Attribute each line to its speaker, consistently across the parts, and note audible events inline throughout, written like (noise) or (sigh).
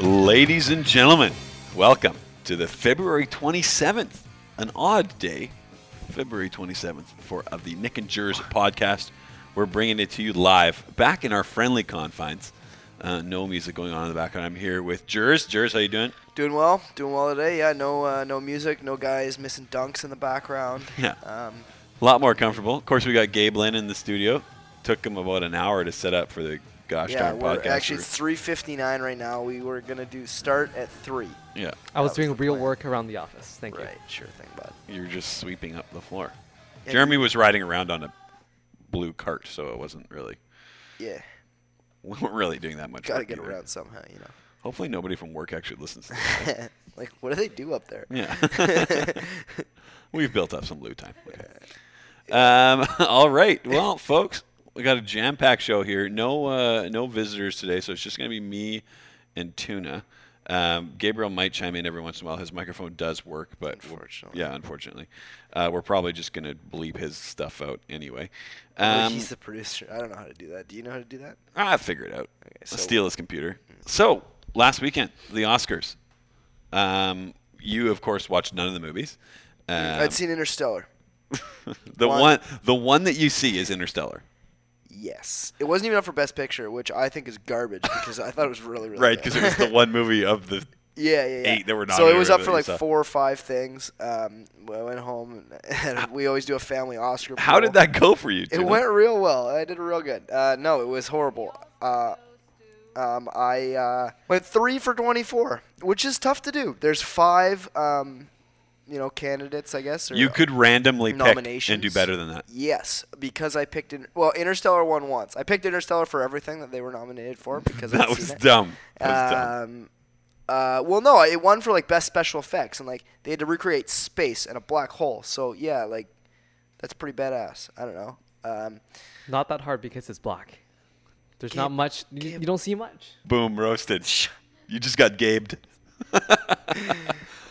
Speaker 1: Ladies and gentlemen, welcome to the February 27th, an odd day, February 27th, for of the Nick and Jers podcast. We're bringing it to you live, back in our friendly confines. Uh, no music going on in the background. I'm here with Jers. Jers, how you doing?
Speaker 2: Doing well, doing well today. Yeah, no, uh, no music, no guys missing dunks in the background.
Speaker 1: (laughs) Yeah.
Speaker 2: Um,
Speaker 1: A lot more comfortable. Of course, we got Gabe Lynn in the studio. Took him about an hour to set up for the gosh
Speaker 2: yeah,
Speaker 1: darn
Speaker 2: we're
Speaker 1: podcast.
Speaker 2: actually it's 3:59 right now. We were gonna do start at three.
Speaker 1: yeah,
Speaker 3: I was
Speaker 2: That was
Speaker 3: doing
Speaker 2: the
Speaker 3: real
Speaker 2: plan.
Speaker 3: work around the office. Thank
Speaker 2: right, sure thing, bud.
Speaker 1: you're just sweeping up the floor.
Speaker 2: Yeah,
Speaker 1: Jeremy was riding around on a blue cart, so it wasn't really
Speaker 2: Yeah,
Speaker 1: (laughs) we weren't really doing that much.
Speaker 2: gotta
Speaker 1: work
Speaker 2: get
Speaker 1: either.
Speaker 2: around somehow, you know.
Speaker 1: Hopefully, nobody from work actually listens. to
Speaker 2: (laughs)
Speaker 1: this.
Speaker 2: like, what do they do up there? (laughs)
Speaker 1: Yeah, we've built up some blue time. Okay. Um, (laughs) all right, well, folks, we got a jam-packed show here. No, uh, no visitors today, so it's just gonna be me and Tuna. Um, Gabriel might chime in every once in a while. His microphone does work, but we'll-
Speaker 2: Unfortunately.
Speaker 1: yeah, unfortunately, uh, we're probably just gonna bleep his stuff out anyway.
Speaker 2: Well,
Speaker 1: Um,
Speaker 2: He's the producer. I don't know how to do that. Do you know how to do that?
Speaker 1: Ah, I figure it out.
Speaker 2: so-
Speaker 1: Steal his computer. So last weekend, the Oscars. Um, you of course watched none of the movies. Um,
Speaker 2: I'd seen Interstellar.
Speaker 1: (laughs) the
Speaker 2: one.
Speaker 1: one. the one that you see is Interstellar.
Speaker 2: Yes, it wasn't even up for Best Picture, which I think is garbage because I thought it was really, really
Speaker 1: Right,
Speaker 2: bad.
Speaker 1: because it was the one movie of the.
Speaker 2: Yeah, yeah, yeah.
Speaker 1: eight that were
Speaker 2: So
Speaker 1: nominated
Speaker 2: it was
Speaker 1: or
Speaker 2: up
Speaker 1: whatever
Speaker 2: for
Speaker 1: you
Speaker 2: like
Speaker 1: saw.
Speaker 2: four or five things. Um, I went home, and we always do a family Oscar.
Speaker 1: How
Speaker 2: poll.
Speaker 1: did that go for you?
Speaker 2: It
Speaker 1: Jenna?
Speaker 2: went real well. I did real good. Uh, no, it was horrible. Uh, um, I uh, went three for twenty-four, which is tough to do. There's five, um, you know, candidates, I guess. Or
Speaker 1: You could randomly pick and
Speaker 2: Nominations?
Speaker 1: do better than that.
Speaker 2: Yes, because I picked in. Well, Interstellar won once. I picked Interstellar for everything that they were
Speaker 1: (laughs)
Speaker 2: nominated for because
Speaker 1: That
Speaker 2: I'd seen
Speaker 1: was
Speaker 2: it.
Speaker 1: dumb. That was dumb.
Speaker 2: Um, uh, well, no, it won for like best special effects, and like they had to recreate space and a black hole. So yeah, like that's pretty badass. I don't know. Um,
Speaker 3: you. Not that hard because it's black. There's not
Speaker 2: Gabe-
Speaker 3: much. You, you
Speaker 2: Gabe-
Speaker 3: don't see much.
Speaker 1: Boom, roasted. You just got gabed.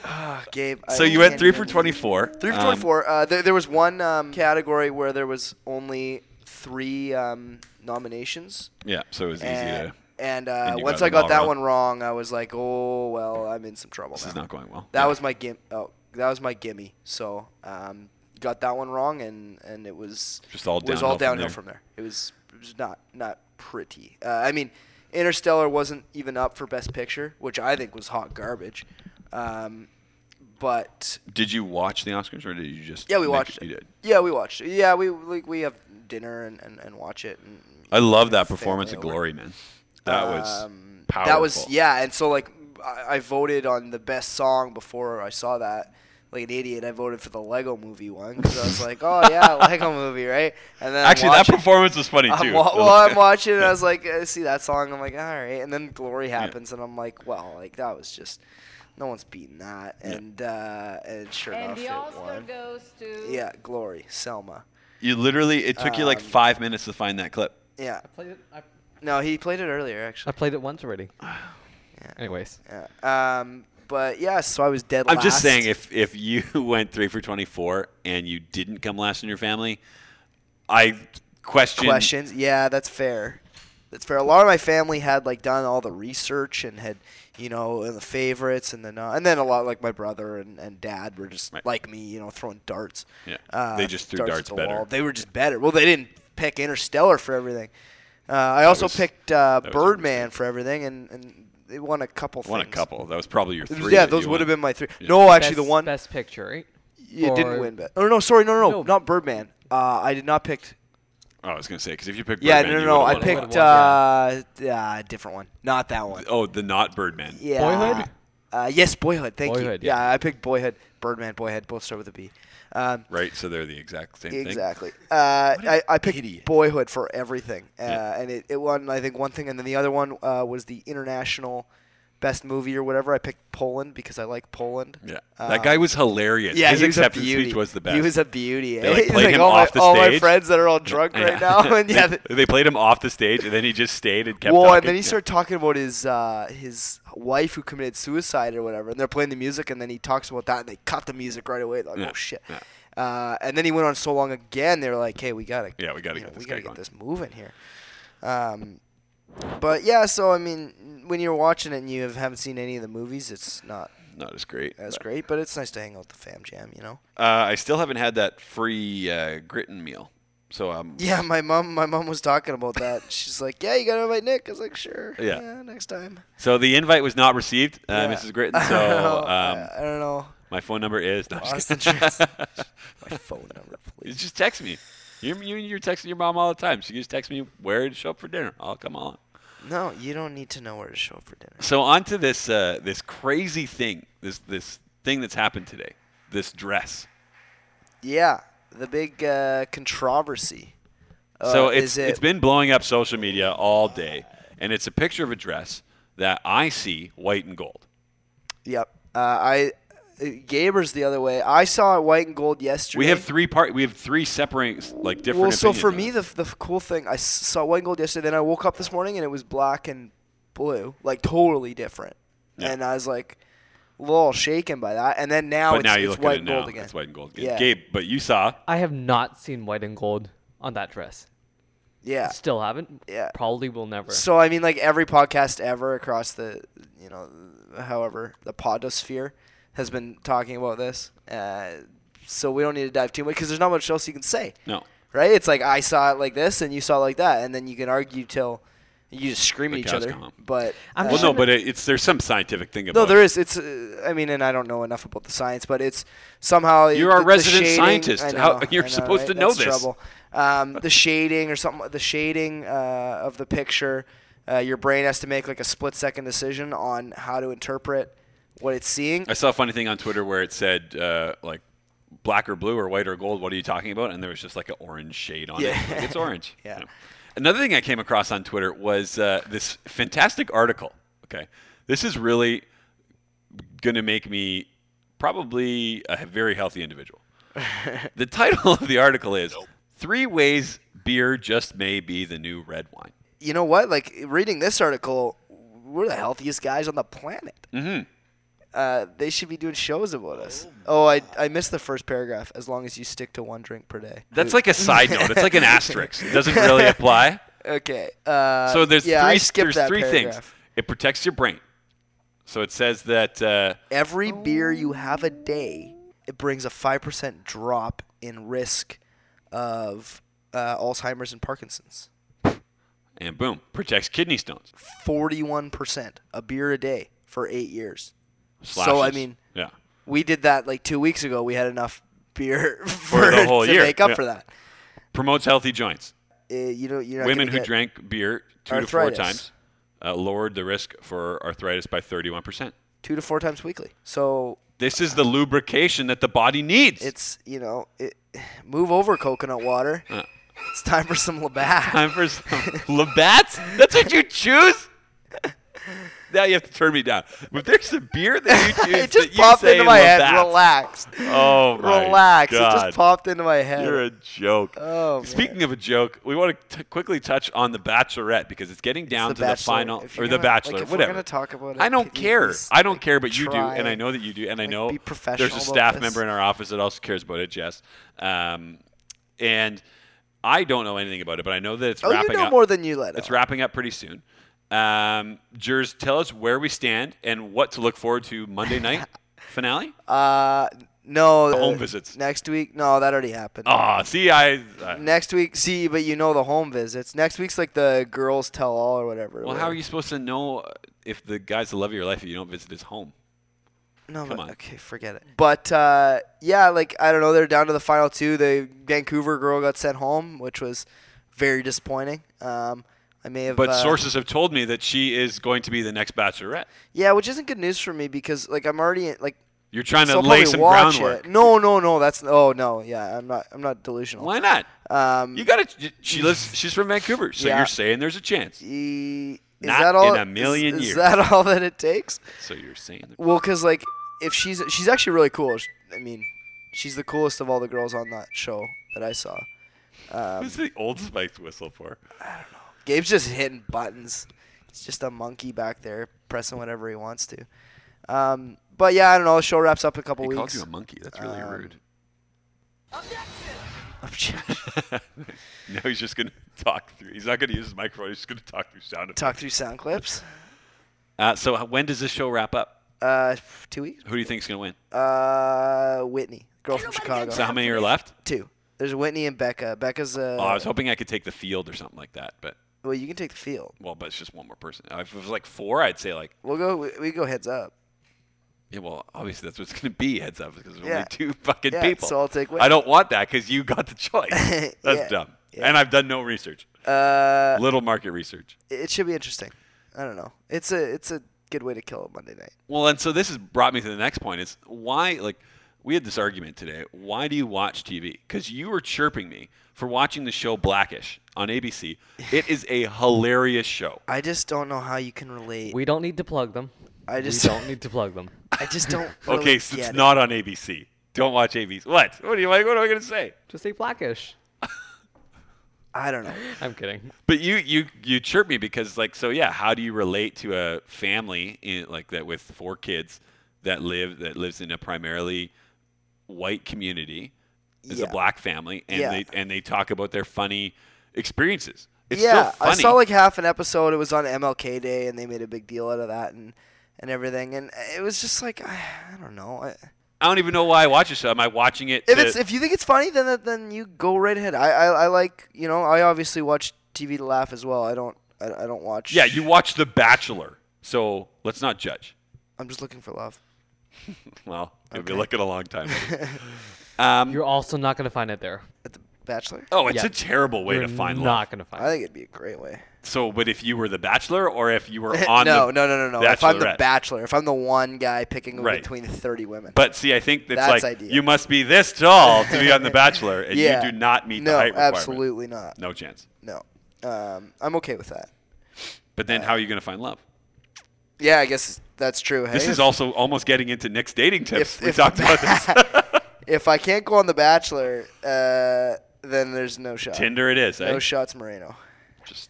Speaker 2: ah, Gabe. I
Speaker 1: So you went
Speaker 2: can't
Speaker 1: three
Speaker 2: even-
Speaker 1: for twenty-four.
Speaker 2: Three for
Speaker 1: Um,
Speaker 2: twenty-four. uh, there, there was one um, category where there was only three um, nominations,
Speaker 1: yeah, so it was easy
Speaker 2: and,
Speaker 1: to.
Speaker 2: and, uh,
Speaker 1: and you
Speaker 2: once
Speaker 1: got
Speaker 2: I
Speaker 1: them all
Speaker 2: got that
Speaker 1: wrong.
Speaker 2: one wrong, I was like, oh well, I'm in some trouble.
Speaker 1: This
Speaker 2: now.
Speaker 1: is not going well.
Speaker 2: That
Speaker 1: Yeah.
Speaker 2: was my gim. Oh, that was my gimme. So um, got that one wrong, and and it was
Speaker 1: Just all
Speaker 2: was all
Speaker 1: downhill
Speaker 2: downhill
Speaker 1: from
Speaker 2: from there. It was, it was not not pretty. Uh, I mean, Interstellar wasn't even up for Best Picture, which I think was hot garbage. Um, but
Speaker 1: Did you watch the Oscars or did you just?
Speaker 2: yeah, we
Speaker 1: make-
Speaker 2: watched it.
Speaker 1: You did.
Speaker 2: Yeah, we watched. it. Yeah, we like we have dinner and, and, and watch it. And
Speaker 1: I love that
Speaker 2: family
Speaker 1: performance of
Speaker 2: over.
Speaker 1: glory, man. That was
Speaker 2: Um,
Speaker 1: powerful.
Speaker 2: That was yeah, and so like I, I voted on the best song before I saw that. Like an idiot, I voted for the Lego Movie one because I was like, oh
Speaker 1: (laughs)
Speaker 2: yeah, Lego Movie, right? And then I'm
Speaker 1: actually
Speaker 2: watching-
Speaker 1: that performance was funny
Speaker 2: (laughs) I'm
Speaker 1: too.
Speaker 2: wa- well,
Speaker 1: (laughs)
Speaker 2: I'm watching, and I was like, I see that song, I'm like, all right. And then Glory happens, and I'm like, well, like that was just no one's beating that, and uh, and sure
Speaker 4: And the
Speaker 2: enough, it
Speaker 4: Oscar
Speaker 2: won.
Speaker 4: goes to.
Speaker 2: Yeah, Glory, Selma.
Speaker 1: you literally it took you like
Speaker 2: Um,
Speaker 1: five minutes to find that clip.
Speaker 2: Yeah.
Speaker 3: I played it. I,
Speaker 2: No, he played it earlier
Speaker 1: (laughs)
Speaker 2: actually.
Speaker 3: played it
Speaker 2: (sighs)
Speaker 3: once already. Anyways,
Speaker 2: Yeah. Um, but yeah, so I was dead.
Speaker 1: I'm just
Speaker 2: last.
Speaker 1: saying if if you (laughs) went three for twenty four and you didn't come last in your family, I question
Speaker 2: questions. Yeah, that's fair. That's fair. A lot of my family had like done all the research and had, you know, and the favorites and then uh, and then a lot like my brother and, and dad were just
Speaker 1: Right.
Speaker 2: like me, you know, throwing darts. Uh,
Speaker 1: Yeah. They just threw darts
Speaker 2: at the
Speaker 1: better.
Speaker 2: They were just better. Well, they didn't pick Interstellar for everything. Uh, I also
Speaker 1: was-
Speaker 2: picked uh,
Speaker 1: that was a
Speaker 2: Birdman for everything, and, and they won a couple.
Speaker 1: won a
Speaker 2: things.
Speaker 1: couple. That was probably your three.
Speaker 2: Yeah,
Speaker 1: that
Speaker 2: those
Speaker 1: you
Speaker 2: would have
Speaker 1: won.
Speaker 2: been my three.
Speaker 1: Yeah.
Speaker 2: No, actually, the
Speaker 3: Best-
Speaker 2: one
Speaker 3: best picture, right?
Speaker 2: you didn't
Speaker 3: for-
Speaker 2: win. But, oh no, sorry, no, no, no,
Speaker 3: No.
Speaker 2: not Birdman. Uh, I did not pick
Speaker 1: Oh, I was gonna say because if you picked
Speaker 2: Yeah,
Speaker 1: Birdman,
Speaker 2: no,
Speaker 1: you
Speaker 2: no, no.
Speaker 1: would've
Speaker 2: I
Speaker 1: won a lot.
Speaker 2: picked uh,
Speaker 3: lot.
Speaker 2: yeah, a different one, not that one.
Speaker 1: oh the not Birdman.
Speaker 2: Yeah.
Speaker 3: Boyhood?
Speaker 2: Uh, yes, Boyhood. Thank
Speaker 3: Boyhood,
Speaker 2: you. Yeah.
Speaker 3: yeah.
Speaker 2: I picked Boyhood, Birdman, Boyhood. Both start with a B. Um,
Speaker 1: Right, so they're the exact same thing.
Speaker 2: exactly. Uh,
Speaker 1: What an
Speaker 2: I, I picked
Speaker 1: idiot.
Speaker 2: Boyhood for everything, uh,
Speaker 1: Yeah.
Speaker 2: and it, it won I think one thing, and then the other one uh, was the international best movie or whatever. I picked Poland because I like Poland.
Speaker 1: Yeah,
Speaker 2: Uh,
Speaker 1: that guy was hilarious.
Speaker 2: Yeah,
Speaker 1: his
Speaker 2: he was a
Speaker 1: acceptance
Speaker 2: beauty.
Speaker 1: speech was the best.
Speaker 2: He was a beauty.
Speaker 1: They, like,
Speaker 2: eh? (laughs) He's
Speaker 1: played him
Speaker 2: all,
Speaker 1: off
Speaker 2: my,
Speaker 1: the
Speaker 2: all my
Speaker 1: stage.
Speaker 2: friends that are all
Speaker 1: (laughs)
Speaker 2: drunk right now, (laughs) and yeah,
Speaker 1: they,
Speaker 2: th-
Speaker 1: they played him off the stage, and then he just stayed and kept.
Speaker 2: well,
Speaker 1: talking.
Speaker 2: and then he
Speaker 1: Yeah.
Speaker 2: started talking about his uh, his wife who committed suicide or whatever, and they're playing the music, and then he talks about that, and they cut the music right away. They're like,
Speaker 1: Yeah,
Speaker 2: oh shit!
Speaker 1: yeah.
Speaker 2: Uh, and then he went on so long again. They were like, hey, we gotta,
Speaker 1: Yeah, we gotta
Speaker 2: you
Speaker 1: get this
Speaker 2: we
Speaker 1: guy
Speaker 2: gotta
Speaker 1: going.
Speaker 2: get this moving here. Um, But yeah, so I mean, when you're watching it and you have, haven't seen any of the movies, it's not
Speaker 1: Not as great.
Speaker 2: as
Speaker 1: but-
Speaker 2: great. But it's nice to hang out with the fam jam, you know. (laughs)
Speaker 1: Uh, I still haven't had that free uh, Grittin meal. So um,
Speaker 2: Yeah, my mom, my mom was talking about that. She's like, "Yeah, you gotta invite Nick." I was like, "Sure,
Speaker 1: Yeah.
Speaker 2: next time."
Speaker 1: so the invite was not received, uh,
Speaker 2: Yeah. (laughs)
Speaker 1: Mrs. Gritton.
Speaker 2: I don't know.
Speaker 1: So um,
Speaker 2: I- I don't know.
Speaker 1: my phone number is. No, I'm just
Speaker 2: Lost
Speaker 1: kidding.
Speaker 2: the (laughs)
Speaker 1: (laughs)
Speaker 2: My phone number,
Speaker 1: You (laughs)
Speaker 2: please.
Speaker 1: just text me. You're, you you're texting your mom all the time. She just texts me where to show up for dinner. I'll come along.
Speaker 2: No, you don't need to know where to show up for dinner.
Speaker 1: So on to this uh, this crazy thing, this this thing that's happened today. This dress.
Speaker 2: Yeah, the big uh, controversy. Uh,
Speaker 1: so it's
Speaker 2: is it,
Speaker 1: has been blowing up social media all day, and it's a picture of a dress that I see white and gold.
Speaker 2: Yep. Uh, I. uh, Gaber's the other way. I saw it white and gold yesterday.
Speaker 1: We have three part. We have three separate like different.
Speaker 2: Well, so
Speaker 1: opinions
Speaker 2: for
Speaker 1: on
Speaker 2: me,
Speaker 1: it.
Speaker 2: the, the cool thing, I s- saw white and gold yesterday. Then I woke up this morning and it was black and blue, like totally different.
Speaker 1: Yeah.
Speaker 2: And I was like, a little shaken by that. And then now
Speaker 1: but
Speaker 2: it's,
Speaker 1: now you
Speaker 2: it's
Speaker 1: look
Speaker 2: white
Speaker 1: at it
Speaker 2: and
Speaker 1: now.
Speaker 2: gold again.
Speaker 1: It's white and gold again.
Speaker 2: Yeah.
Speaker 1: Gabe, but you saw.
Speaker 3: I have not seen white and gold on that dress.
Speaker 2: Yeah.
Speaker 3: Still haven't.
Speaker 2: Uh, Yeah.
Speaker 3: Probably will never.
Speaker 2: So I mean, like every podcast ever across the, you know, however the podosphere has been talking about this. Uh, so we don't need to dive too much because there's not much else you can say.
Speaker 1: No.
Speaker 2: right? It's like I saw it like this and you saw it like that, and then you can argue till you just scream
Speaker 1: The
Speaker 2: at each
Speaker 1: cows
Speaker 2: other.
Speaker 1: come home.
Speaker 2: But uh,
Speaker 3: I'm
Speaker 1: Well, no,
Speaker 3: sure-
Speaker 1: but it, it's there's some scientific thing about.
Speaker 2: no, there
Speaker 1: it.
Speaker 2: is. It's uh, I mean, and I don't know enough about the science, but it's somehow
Speaker 1: You're our
Speaker 2: the- the
Speaker 1: resident
Speaker 2: shading-
Speaker 1: scientist.
Speaker 2: I know,
Speaker 1: How- (laughs) you're
Speaker 2: I know,
Speaker 1: supposed
Speaker 2: right?
Speaker 1: to know
Speaker 2: That's
Speaker 1: this.
Speaker 2: Trouble. Um, the shading or something, the shading uh, of the picture. Uh, your brain has to make like a split second decision on how to interpret what it's seeing.
Speaker 1: I saw a funny thing on Twitter where it said uh, like black or blue or white or gold. What are you talking about? And there was just like an orange shade on it.
Speaker 2: Yeah.
Speaker 1: Like, it's orange.
Speaker 2: (laughs) Yeah.
Speaker 1: Another thing I came across on Twitter was uh, this fantastic article. Okay, this is really going to make me probably a very healthy
Speaker 2: (laughs)
Speaker 1: individual. the title of the article is Three Ways Beer Just May Be the New Red Wine.
Speaker 2: You know what? Like reading this article, we're the healthiest guys on the planet.
Speaker 1: Mm-hmm.
Speaker 2: uh, they should be doing shows about us. Oh, I, I missed the first paragraph. As long as you stick to one drink per day.
Speaker 1: That's like a side note. It's like
Speaker 2: (laughs)
Speaker 1: an asterisk. It doesn't really apply.
Speaker 2: Okay. Uh,
Speaker 1: So there's
Speaker 2: yeah, I
Speaker 1: three,
Speaker 2: skipped
Speaker 1: there's
Speaker 2: that
Speaker 1: three things.
Speaker 2: paragraph.
Speaker 1: It protects your brain. So it says that uh,
Speaker 2: Every beer you have a day, it brings a five percent drop in risk of uh, Alzheimer's and Parkinson's.
Speaker 1: and boom, protects kidney stones.
Speaker 2: Forty-one percent a beer a day for eight years.
Speaker 1: Slashes.
Speaker 2: So I mean,
Speaker 1: yeah,
Speaker 2: we did that like two weeks ago. We had enough beer (laughs) for,
Speaker 1: the whole
Speaker 2: to
Speaker 1: year,
Speaker 2: make up
Speaker 1: yeah.
Speaker 2: for that.
Speaker 1: promotes healthy joints.
Speaker 2: Uh, you know, you're not
Speaker 1: Women
Speaker 2: gonna
Speaker 1: who
Speaker 2: get-
Speaker 1: drank beer two to
Speaker 2: arthritis.
Speaker 1: four times uh, lowered the risk for arthritis by 31 percent.
Speaker 2: two to four times weekly. So
Speaker 1: This is the lubrication that the body needs.
Speaker 2: it's you know it, (sighs) move over coconut water
Speaker 1: Uh.
Speaker 2: it's time for some
Speaker 1: (laughs) (laughs)
Speaker 2: labatt
Speaker 1: time for some Labatt's. That's what you
Speaker 2: (laughs)
Speaker 1: choose. Now you have to turn me down. If there's a beer that you choose,
Speaker 2: (laughs) it just
Speaker 1: that you
Speaker 2: popped
Speaker 1: say
Speaker 2: into my head
Speaker 1: Labatt's-
Speaker 2: relax
Speaker 1: (laughs) Oh my
Speaker 2: relax
Speaker 1: God.
Speaker 2: it just popped into my head
Speaker 1: You're a joke.
Speaker 2: Oh, man.
Speaker 1: Speaking of a joke, we want to t- quickly touch on the Bachelorette because it's getting down
Speaker 2: The
Speaker 1: to the
Speaker 2: Bachelor.
Speaker 1: final
Speaker 2: If
Speaker 1: or
Speaker 2: you're
Speaker 1: the
Speaker 2: gonna-
Speaker 1: Bachelor,
Speaker 2: like, if we're
Speaker 1: whatever.
Speaker 2: gonna talk about it,
Speaker 1: I don't
Speaker 2: can you
Speaker 1: care.
Speaker 2: just,
Speaker 1: I don't
Speaker 2: like,
Speaker 1: care, but you do,
Speaker 2: try
Speaker 1: and I
Speaker 2: and,
Speaker 1: know that you do, and I
Speaker 2: like,
Speaker 1: know
Speaker 2: be
Speaker 1: there's
Speaker 2: professional
Speaker 1: a
Speaker 2: about
Speaker 1: staff
Speaker 2: this?
Speaker 1: member in our office that also cares about it, Jess. Um, and I don't know anything about it, but I know that it's
Speaker 2: oh you
Speaker 1: wrapping
Speaker 2: know
Speaker 1: up.
Speaker 2: more than you let
Speaker 1: it's
Speaker 2: on.
Speaker 1: wrapping up pretty soon. Um, Jers, tell us where we stand and what to look forward to Monday
Speaker 2: (laughs)
Speaker 1: night finale.
Speaker 2: uh no
Speaker 1: home
Speaker 2: uh,
Speaker 1: visits.
Speaker 2: next week no that already happened
Speaker 1: Ah, see, I. I
Speaker 2: next week see but you know the home visits next week's like the girls tell all or whatever
Speaker 1: Well, how are you supposed to know uh, if the guy's the love of your life if you don't visit his home?
Speaker 2: No,
Speaker 1: Come
Speaker 2: but,
Speaker 1: on.
Speaker 2: okay, forget it. But uh, yeah, like I don't know, they're down to the final two. The Vancouver girl got sent home, which was very disappointing. Um, I may have,
Speaker 1: But
Speaker 2: uh,
Speaker 1: sources have told me that she is going to be the next bachelorette.
Speaker 2: yeah, which isn't good news for me because like I'm already like
Speaker 1: You're trying
Speaker 2: so I'll
Speaker 1: to lay
Speaker 2: probably
Speaker 1: some
Speaker 2: watch
Speaker 1: groundwork.
Speaker 2: It. No, no, no, that's oh no, yeah, I'm not, I'm not delusional.
Speaker 1: Why not?
Speaker 2: Um,
Speaker 1: You got to. She (laughs) lives. She's from Vancouver, so
Speaker 2: Yeah.
Speaker 1: you're saying there's a chance.
Speaker 2: e- is
Speaker 1: Not
Speaker 2: that all?
Speaker 1: in a million
Speaker 2: is,
Speaker 1: years.
Speaker 2: Is that all that it takes?
Speaker 1: So you're saying. that-
Speaker 2: Well, because like if she's she's actually really cool. Sh- I mean, she's the coolest of all the girls on that show that I saw. Um,
Speaker 1: What's the old Spiked whistle for?
Speaker 2: Gabe's just hitting buttons. He's just a monkey back there pressing whatever he wants to. Um, but yeah, I don't know. The show wraps up in a couple
Speaker 1: (laughs) He called
Speaker 2: weeks.
Speaker 1: you a monkey. That's really
Speaker 2: Um, (laughs)
Speaker 1: rude.
Speaker 2: subject.
Speaker 1: now he's just gonna talk through. He's not gonna use his microphone. He's just gonna talk through sound.
Speaker 2: Talk through sound clips.
Speaker 1: Uh, so h- when does this show wrap up?
Speaker 2: Uh, two weeks.
Speaker 1: Who do you think's gonna win?
Speaker 2: Uh, Whitney, girl from Chicago.
Speaker 1: So how many are left?
Speaker 2: Two. There's Whitney and Becca. Becca's uh.
Speaker 1: Oh, I was hoping I could take the field or something like that, but
Speaker 2: well, you can take the field.
Speaker 1: well, but it's just one more person. Uh, If it was like four, I'd say like,
Speaker 2: We'll go. We, we go heads up.
Speaker 1: yeah, well, obviously that's what's gonna be heads up because there's
Speaker 2: Yeah.
Speaker 1: only two fucking
Speaker 2: Yeah,
Speaker 1: people.
Speaker 2: so I'll take Whitney.
Speaker 1: I don't want that because you got the
Speaker 2: (laughs)
Speaker 1: choice. That's
Speaker 2: Yeah,
Speaker 1: dumb.
Speaker 2: yeah.
Speaker 1: And I've done no research.
Speaker 2: Uh,
Speaker 1: Little market research.
Speaker 2: it should be interesting. I don't know. It's a it's a good way to kill a Monday night.
Speaker 1: Well, and so this has brought me to the next point is why, like, we had this argument today. Why do you watch TV? Because you were chirping me for watching the show Blackish on ABC. It is a hilarious
Speaker 2: (laughs)
Speaker 1: show.
Speaker 2: I just don't know how you can relate.
Speaker 3: We don't need to plug them.
Speaker 2: I just
Speaker 3: we don't need to
Speaker 2: (laughs)
Speaker 3: plug them.
Speaker 2: I just don't.
Speaker 1: (laughs)
Speaker 2: Really
Speaker 1: Okay, so
Speaker 2: get
Speaker 1: it's
Speaker 2: it.
Speaker 1: not on ABC. Don't watch ABC. What? What are you like? What am I gonna say?
Speaker 3: Just say blackish.
Speaker 2: I don't know.
Speaker 3: I'm kidding.
Speaker 1: But you you you chirp me because like so yeah. How do you relate to a family in, like that with four kids that live that lives in a primarily white community? Is a
Speaker 2: Yeah.
Speaker 1: black family and
Speaker 2: Yeah.
Speaker 1: they and they talk about their funny experiences. It's
Speaker 2: yeah,
Speaker 1: still funny.
Speaker 2: I saw like half an episode. It was on MLK Day, and they made a big deal out of that and and everything. And it was just like I, I don't know. I,
Speaker 1: I don't even know why I watch this. show. Am I watching it?
Speaker 2: if
Speaker 1: to-
Speaker 2: it's if you think it's funny, then that- then you go right ahead. I, I, I like you know I obviously watch TV to laugh as well. I don't I, I don't
Speaker 1: (laughs)
Speaker 2: watch.
Speaker 1: yeah, you watch The Bachelor, so let's not judge.
Speaker 2: I'm just looking for love.
Speaker 1: Well, you'll be looking a long
Speaker 2: (laughs)
Speaker 1: time. um,
Speaker 3: You're also not gonna find it there.
Speaker 2: At the Bachelor,
Speaker 1: oh, it's
Speaker 3: Yeah.
Speaker 1: a terrible way
Speaker 3: You're
Speaker 1: to find
Speaker 3: not
Speaker 1: love.
Speaker 3: gonna find.
Speaker 2: I
Speaker 3: it.
Speaker 2: think it'd be a great way.
Speaker 1: So, but if you were the bachelor, or if
Speaker 2: (laughs)
Speaker 1: you were on
Speaker 2: no,
Speaker 1: the
Speaker 2: no, no, no, no. If I'm the
Speaker 1: Bachelorette.
Speaker 2: Bachelor, if I'm the one guy picking
Speaker 1: Right.
Speaker 2: between 30 women.
Speaker 1: But see, I think that's,
Speaker 2: That's
Speaker 1: like
Speaker 2: ideal.
Speaker 1: you must be this tall to be on the Bachelor, and
Speaker 2: (laughs) yeah.
Speaker 1: you do not meet
Speaker 2: no,
Speaker 1: the height requirement.
Speaker 2: absolutely not.
Speaker 1: no chance.
Speaker 2: No, um, I'm okay with that.
Speaker 1: But then, how are you going to find love?
Speaker 2: Yeah, I guess that's true. Hey?
Speaker 1: This is
Speaker 2: If-
Speaker 1: also almost getting into Nick's dating tips.
Speaker 2: If-
Speaker 1: we
Speaker 2: if-
Speaker 1: talked
Speaker 2: (laughs)
Speaker 1: about this.
Speaker 2: If I can't go on The Bachelor, uh, then there's no
Speaker 1: (laughs)
Speaker 2: shot.
Speaker 1: Tinder, it is.
Speaker 2: No
Speaker 1: eh?
Speaker 2: shots, Moreno.
Speaker 1: Just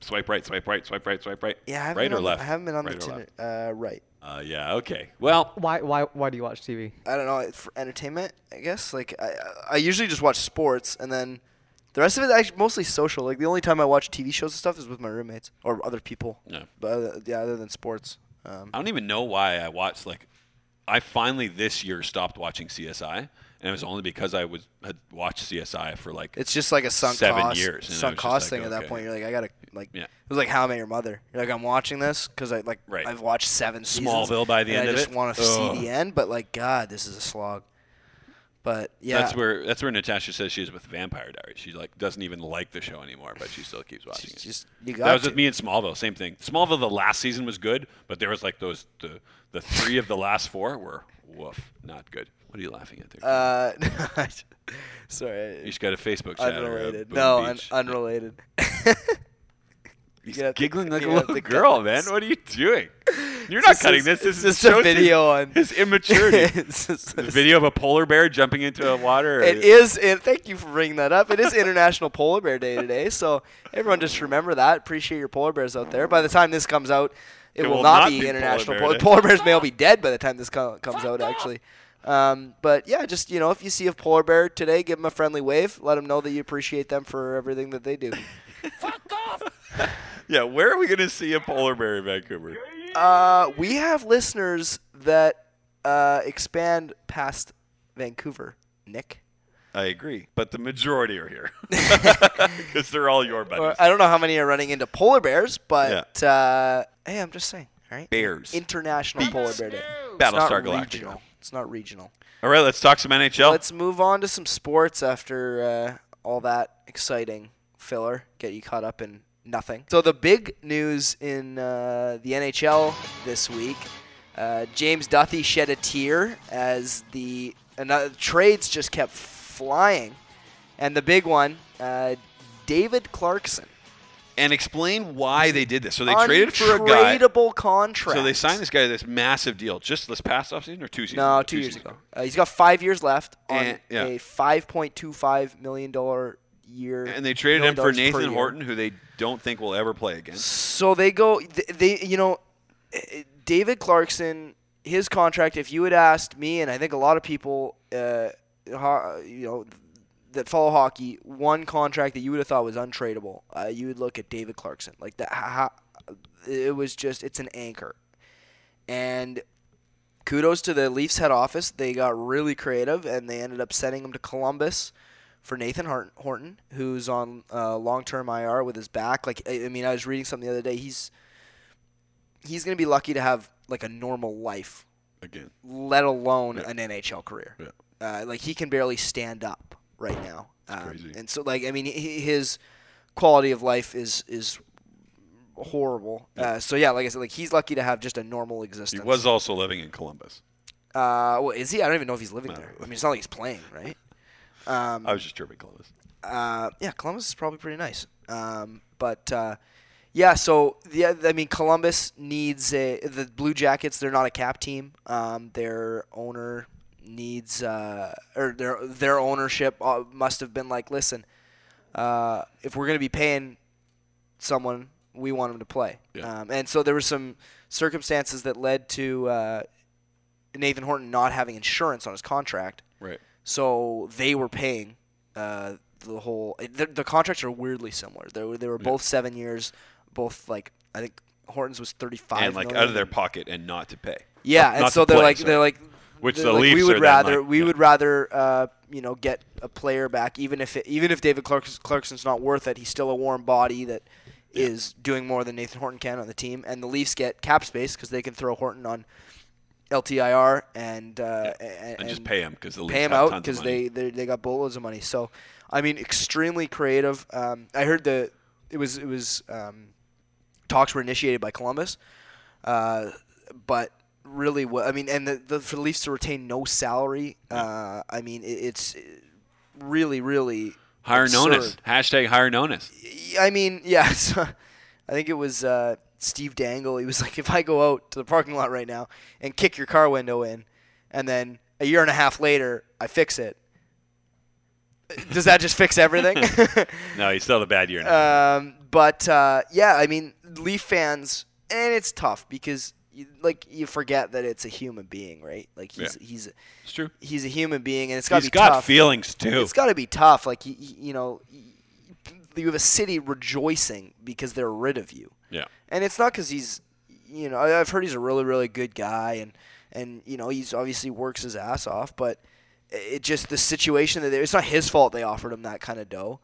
Speaker 1: swipe right, swipe right, swipe right, swipe right.
Speaker 2: Yeah, I haven't
Speaker 1: right
Speaker 2: been
Speaker 1: or
Speaker 2: on the-
Speaker 1: left.
Speaker 2: I haven't been on
Speaker 1: Right
Speaker 2: the
Speaker 1: or
Speaker 2: Tinder.
Speaker 1: left?
Speaker 2: Uh, right.
Speaker 1: Uh, yeah. Okay. Well,
Speaker 3: Why why why do you watch TV?
Speaker 2: I don't know. For entertainment, I guess. Like I, I usually just watch sports, and then the rest of it actually mostly social. Like the only time I watch TV shows and stuff is with my roommates or other people.
Speaker 1: Yeah.
Speaker 2: But other, yeah, other than sports. Um,
Speaker 1: I don't even know why I watched like I finally this year stopped watching CSI, and it was only because I was had watched CSI for like
Speaker 2: it's just like a sunk
Speaker 1: Seven
Speaker 2: cost,
Speaker 1: years, and I
Speaker 2: sunk
Speaker 1: was just
Speaker 2: cost
Speaker 1: like,
Speaker 2: thing at
Speaker 1: okay.
Speaker 2: that point. You're like, I gotta like.
Speaker 1: Yeah.
Speaker 2: It was like How I Met Your Mother. You're like, I'm watching this because I like
Speaker 1: Right.
Speaker 2: I've watched seven seasons.
Speaker 1: Smallville by the
Speaker 2: and
Speaker 1: end
Speaker 2: I
Speaker 1: of
Speaker 2: just
Speaker 1: it?
Speaker 2: want to see
Speaker 1: Ugh.
Speaker 2: the end, but like, God, this is a slog. But yeah,
Speaker 1: That's where that's where Natasha says she is with Vampire Diaries. She like doesn't even like the show anymore, but she still keeps watching
Speaker 2: it's
Speaker 1: it.
Speaker 2: just you got
Speaker 1: that was
Speaker 2: to.
Speaker 1: with me and Smallville. Same thing. Smallville the last season was good, but there was like those the the three of the last four were woof, not good. What are you laughing at there?
Speaker 2: Uh, (laughs)
Speaker 1: you
Speaker 2: sorry.
Speaker 1: just got a Facebook chat or a
Speaker 2: Unrelated.
Speaker 1: Boom
Speaker 2: No, un-
Speaker 1: Beach.
Speaker 2: unrelated. (laughs)
Speaker 1: He's
Speaker 2: You have to-
Speaker 1: giggling like a
Speaker 2: you have
Speaker 1: little
Speaker 2: to cut
Speaker 1: girl, man.
Speaker 2: this.
Speaker 1: What are you doing? You're not
Speaker 2: This
Speaker 1: cutting
Speaker 2: is-
Speaker 1: this. This is
Speaker 2: this
Speaker 1: it
Speaker 2: is a
Speaker 1: shows his-
Speaker 2: video on-
Speaker 1: his
Speaker 2: (laughs)
Speaker 1: immaturity.
Speaker 2: It's just-
Speaker 1: the video of a polar bear jumping into a water.
Speaker 2: It is. It, thank you for bringing that up. It is International Polar Bear Day today, so everyone just remember that. Appreciate your polar bears out there. By the time this comes out, it, will, not, be,
Speaker 1: Polar
Speaker 2: International
Speaker 1: Bear
Speaker 2: Polar,
Speaker 1: Day.
Speaker 2: polar Bears. May all be dead by the time this co- comes out, actually. Um, but yeah, just you know, if you see a polar bear today, give them a friendly wave. Let them know that you appreciate them for everything that they do.
Speaker 1: Yeah, where are we going to see a polar bear in Vancouver?
Speaker 2: Uh, we have listeners that uh, expand past Vancouver, Nick.
Speaker 1: I agree, but the majority are
Speaker 2: (laughs)
Speaker 1: here because they're all your buddies.
Speaker 2: Or, uh, I don't know how many are running into polar bears, but uh, hey, I'm just saying. All right.
Speaker 1: Bears.
Speaker 2: International Polar Bear Day. It's not
Speaker 1: Battlestar Galactica.
Speaker 2: regional. It's not regional.
Speaker 1: All right, let's talk some NHL.
Speaker 2: Let's move on to some sports after uh, all that exciting filler. Get you caught up in nothing. So the big news in uh, the NHL this week: uh, James Duthie shed a tear as the another, trades just kept flying, and the big one, uh, David Clarkson.
Speaker 1: and explain why they did this. So they traded for a guy.
Speaker 2: Untradeable contract.
Speaker 1: So they signed this guy to this massive deal just this past offseason or two seasons?
Speaker 2: No,
Speaker 1: ago?
Speaker 2: two, years
Speaker 1: seasons
Speaker 2: ago. Uh, he's got five years left on
Speaker 1: And- yeah.
Speaker 2: a five point two five million dollar year.
Speaker 1: And they traded him
Speaker 2: million
Speaker 1: for
Speaker 2: dollars per
Speaker 1: Nathan
Speaker 2: year.
Speaker 1: Horton, who they don't think will ever play again.
Speaker 2: So they go. th- They you know, eh, David Clarkson, his contract. If you had asked me, and I think a lot of people, uh, ho- you know, that follow hockey, one contract that you would have thought was untradeable, uh, you would look at David Clarkson. Like that, ha- ha- it was just it's an anchor. And kudos to the Leafs head office; they got really creative and they ended up sending him to Columbus for Nathan Hort- Horton, who's on uh, long-term IR with his back. Like I I mean, I was reading something the other day. He's he's gonna be lucky to have like a normal life
Speaker 1: Again,
Speaker 2: let alone
Speaker 1: Yeah.
Speaker 2: an NHL career.
Speaker 1: Yeah.
Speaker 2: Uh, like he can barely stand up right now. Um,
Speaker 1: crazy.
Speaker 2: And so, like, I mean, he, his quality of life is is horrible. Uh, so yeah, like I said, like he's lucky to have just a normal
Speaker 1: he
Speaker 2: existence.
Speaker 1: was also living in Columbus.
Speaker 2: Uh, well, is he? I don't even know if he's living
Speaker 1: No.
Speaker 2: there. I mean, it's not like he's playing, right? Um,
Speaker 1: I was just chirping Columbus.
Speaker 2: uh, yeah, Columbus is probably pretty nice. Um, but uh, yeah, so yeah, I mean, Columbus needs a, the Blue Jackets. They're not a cap team. Um, their owner needs uh, or their their ownership uh, must have been like, listen, uh, if we're gonna be paying someone, we want them to play.
Speaker 1: Yeah.
Speaker 2: Um, and so there were some circumstances that led to uh, Nathan Horton not having insurance on his contract.
Speaker 1: Right.
Speaker 2: So they were paying uh, the whole. it- The, the contracts are weirdly similar. They were, they were
Speaker 1: Yeah.
Speaker 2: both seven years, both like I think Horton's was thirty five.
Speaker 1: And like out of their pocket and not to pay.
Speaker 2: Yeah,
Speaker 1: Not-
Speaker 2: and
Speaker 1: not
Speaker 2: so
Speaker 1: to
Speaker 2: they're
Speaker 1: play,
Speaker 2: like
Speaker 1: sorry.
Speaker 2: they're like.
Speaker 1: Which
Speaker 2: they're
Speaker 1: the
Speaker 2: like, we
Speaker 1: Leafs
Speaker 2: would
Speaker 1: are then,
Speaker 2: rather
Speaker 1: like,
Speaker 2: we
Speaker 1: yeah.
Speaker 2: would rather uh, you know get a player back even if it, even if David Clark, Clarkson's not worth it. He's still a warm body that is
Speaker 1: Yeah.
Speaker 2: doing more than Nathan Horton can on the team, and the Leafs get cap space because they can throw Horton on LTIR and uh, a-
Speaker 1: And, just pay him because the Leafs
Speaker 2: pay him
Speaker 1: have
Speaker 2: out
Speaker 1: tons of
Speaker 2: because
Speaker 1: money.
Speaker 2: they, they they got boatloads of money. So, I mean, extremely creative. Um, I heard the it was it was um, talks were initiated by Columbus, uh, but really, what I mean, and the, the for the Leafs to retain no salary, uh, I mean, it, it's uh, really really
Speaker 1: hire
Speaker 2: absurd.
Speaker 1: Nonis. Hashtag hire Nonis.
Speaker 2: Y- I mean, yeah. (laughs) So I think it was uh, Steve Dangle. He was like, if I go out to the parking lot right now and kick your car window in, and then a year and a half later I fix it, does that just
Speaker 1: (laughs)
Speaker 2: fix everything? (laughs)
Speaker 1: No, he's still had a bad year. Now.
Speaker 2: um, but uh, yeah, I mean, Leaf fans, and it's tough because you, like you forget that it's a human being, right? Like he's
Speaker 1: Yeah.
Speaker 2: he's
Speaker 1: it's true.
Speaker 2: he's a human being, and it's got to
Speaker 1: He's
Speaker 2: be
Speaker 1: got
Speaker 2: tough.
Speaker 1: feelings too.
Speaker 2: It's got to be tough. Like you, you know, y- you have a city rejoicing because they're rid of you,
Speaker 1: yeah.
Speaker 2: and it's not because he's, you know, I- I've heard he's a really really good guy, and and you know he's obviously works his ass off, but i- it just the situation that they, it's not his fault they offered him that kind of dough.